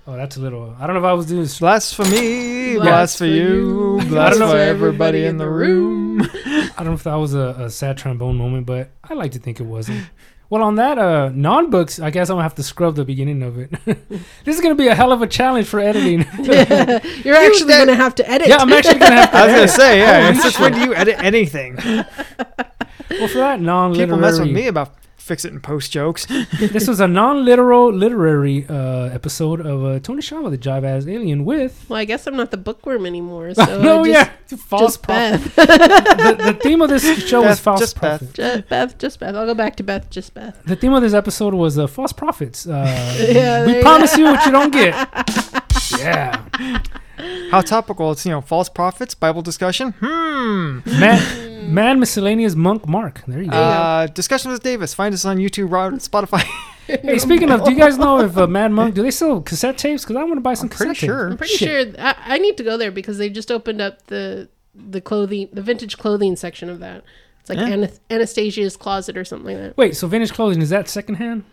oh, that's a little. I don't know if I was doing. Blasphemy, Blast blast for for you, you, blast blast for for everybody in the room. I don't know if that was a, a sad trombone moment, but I like to think it wasn't. Well, on that uh, non books, I guess I'm gonna have to scrub the beginning of it. this is gonna be a hell of a challenge for editing. You're that- actually going to have to edit. yeah, I'm actually gonna have to. I was gonna edit. say, yeah. Holy It's just shit. when do you edit anything? Well, for that non People mess with literary, me about fix it and post jokes. this was a non literal literary uh, episode of uh, Tony Shama, the Jive Ass Alien, with. well, I guess I'm not the bookworm anymore. So no, I just, yeah, false just prophet. Beth. The, the theme of this show Beth, was false just Beth. prophet. Just Beth, just Beth. I'll go back to Beth, just Beth. The theme of this episode was uh, false prophets. Uh, Yeah, there we you promise you what you don't get. yeah. How topical? It's you know false prophets, Bible discussion. Hmm. Man, man, miscellaneous monk Mark. There you go. Uh, discussion with Davis. Find us on YouTube, Rod, and Spotify. hey, speaking of, do you guys know if uh, Mad Monk do they sell cassette tapes? Because I want to buy some. I'm pretty cassette sure. I'm pretty Oh, Shit. sure th- I, I need to go there because they just opened up the the clothing, the vintage clothing section of that. It's like Yeah. Anas- Anastasia's closet or something like that. tapes. Wait, so vintage clothing is that secondhand?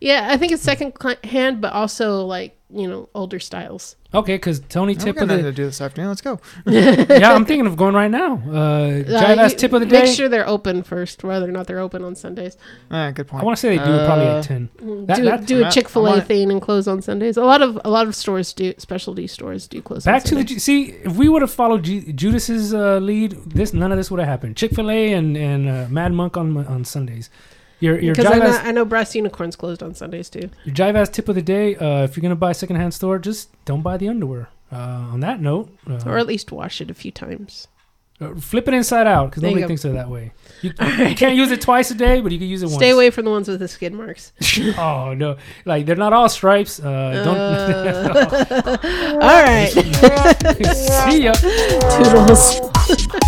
Yeah, I think it's second cl- hand, but also like you know older styles. Okay, because Tony Tip tip we of got nothing the to do this afternoon. Let's go. yeah, I'm thinking of going right now. Uh, Uh, Jive ass you- tip of the make day. sure they're open first, whether or not they're open on Sundays. Mm, Ah, good point. I want to say they do it probably Uh, at ten. That- do that- do I'm a at- Chick Fil I'm A on it. thing and close on Sundays. A lot of a lot of stores do specialty stores do close. Back on to the Sundays. Ju- see, if we would have followed Ju- Judas's uh, lead, this none of this would have happened. Chick Fil A and and uh, Mad Monk on on Sundays. Your your because I jive, know, ass, I know Brass Unicorns closed on Sundays too. your jive ass tip of the day. Uh, if you're gonna buy secondhand store, just don't buy the underwear. Uh, on that note, uh, or at least wash it a few times. uh, flip it inside out because There you nobody go. thinks of it that way. You, you can't use it twice a day, but you can use it once. Stay away from the ones with the skid marks. Oh no, like they're not all stripes. Uh, don't. Uh, all right, See ya. toodles.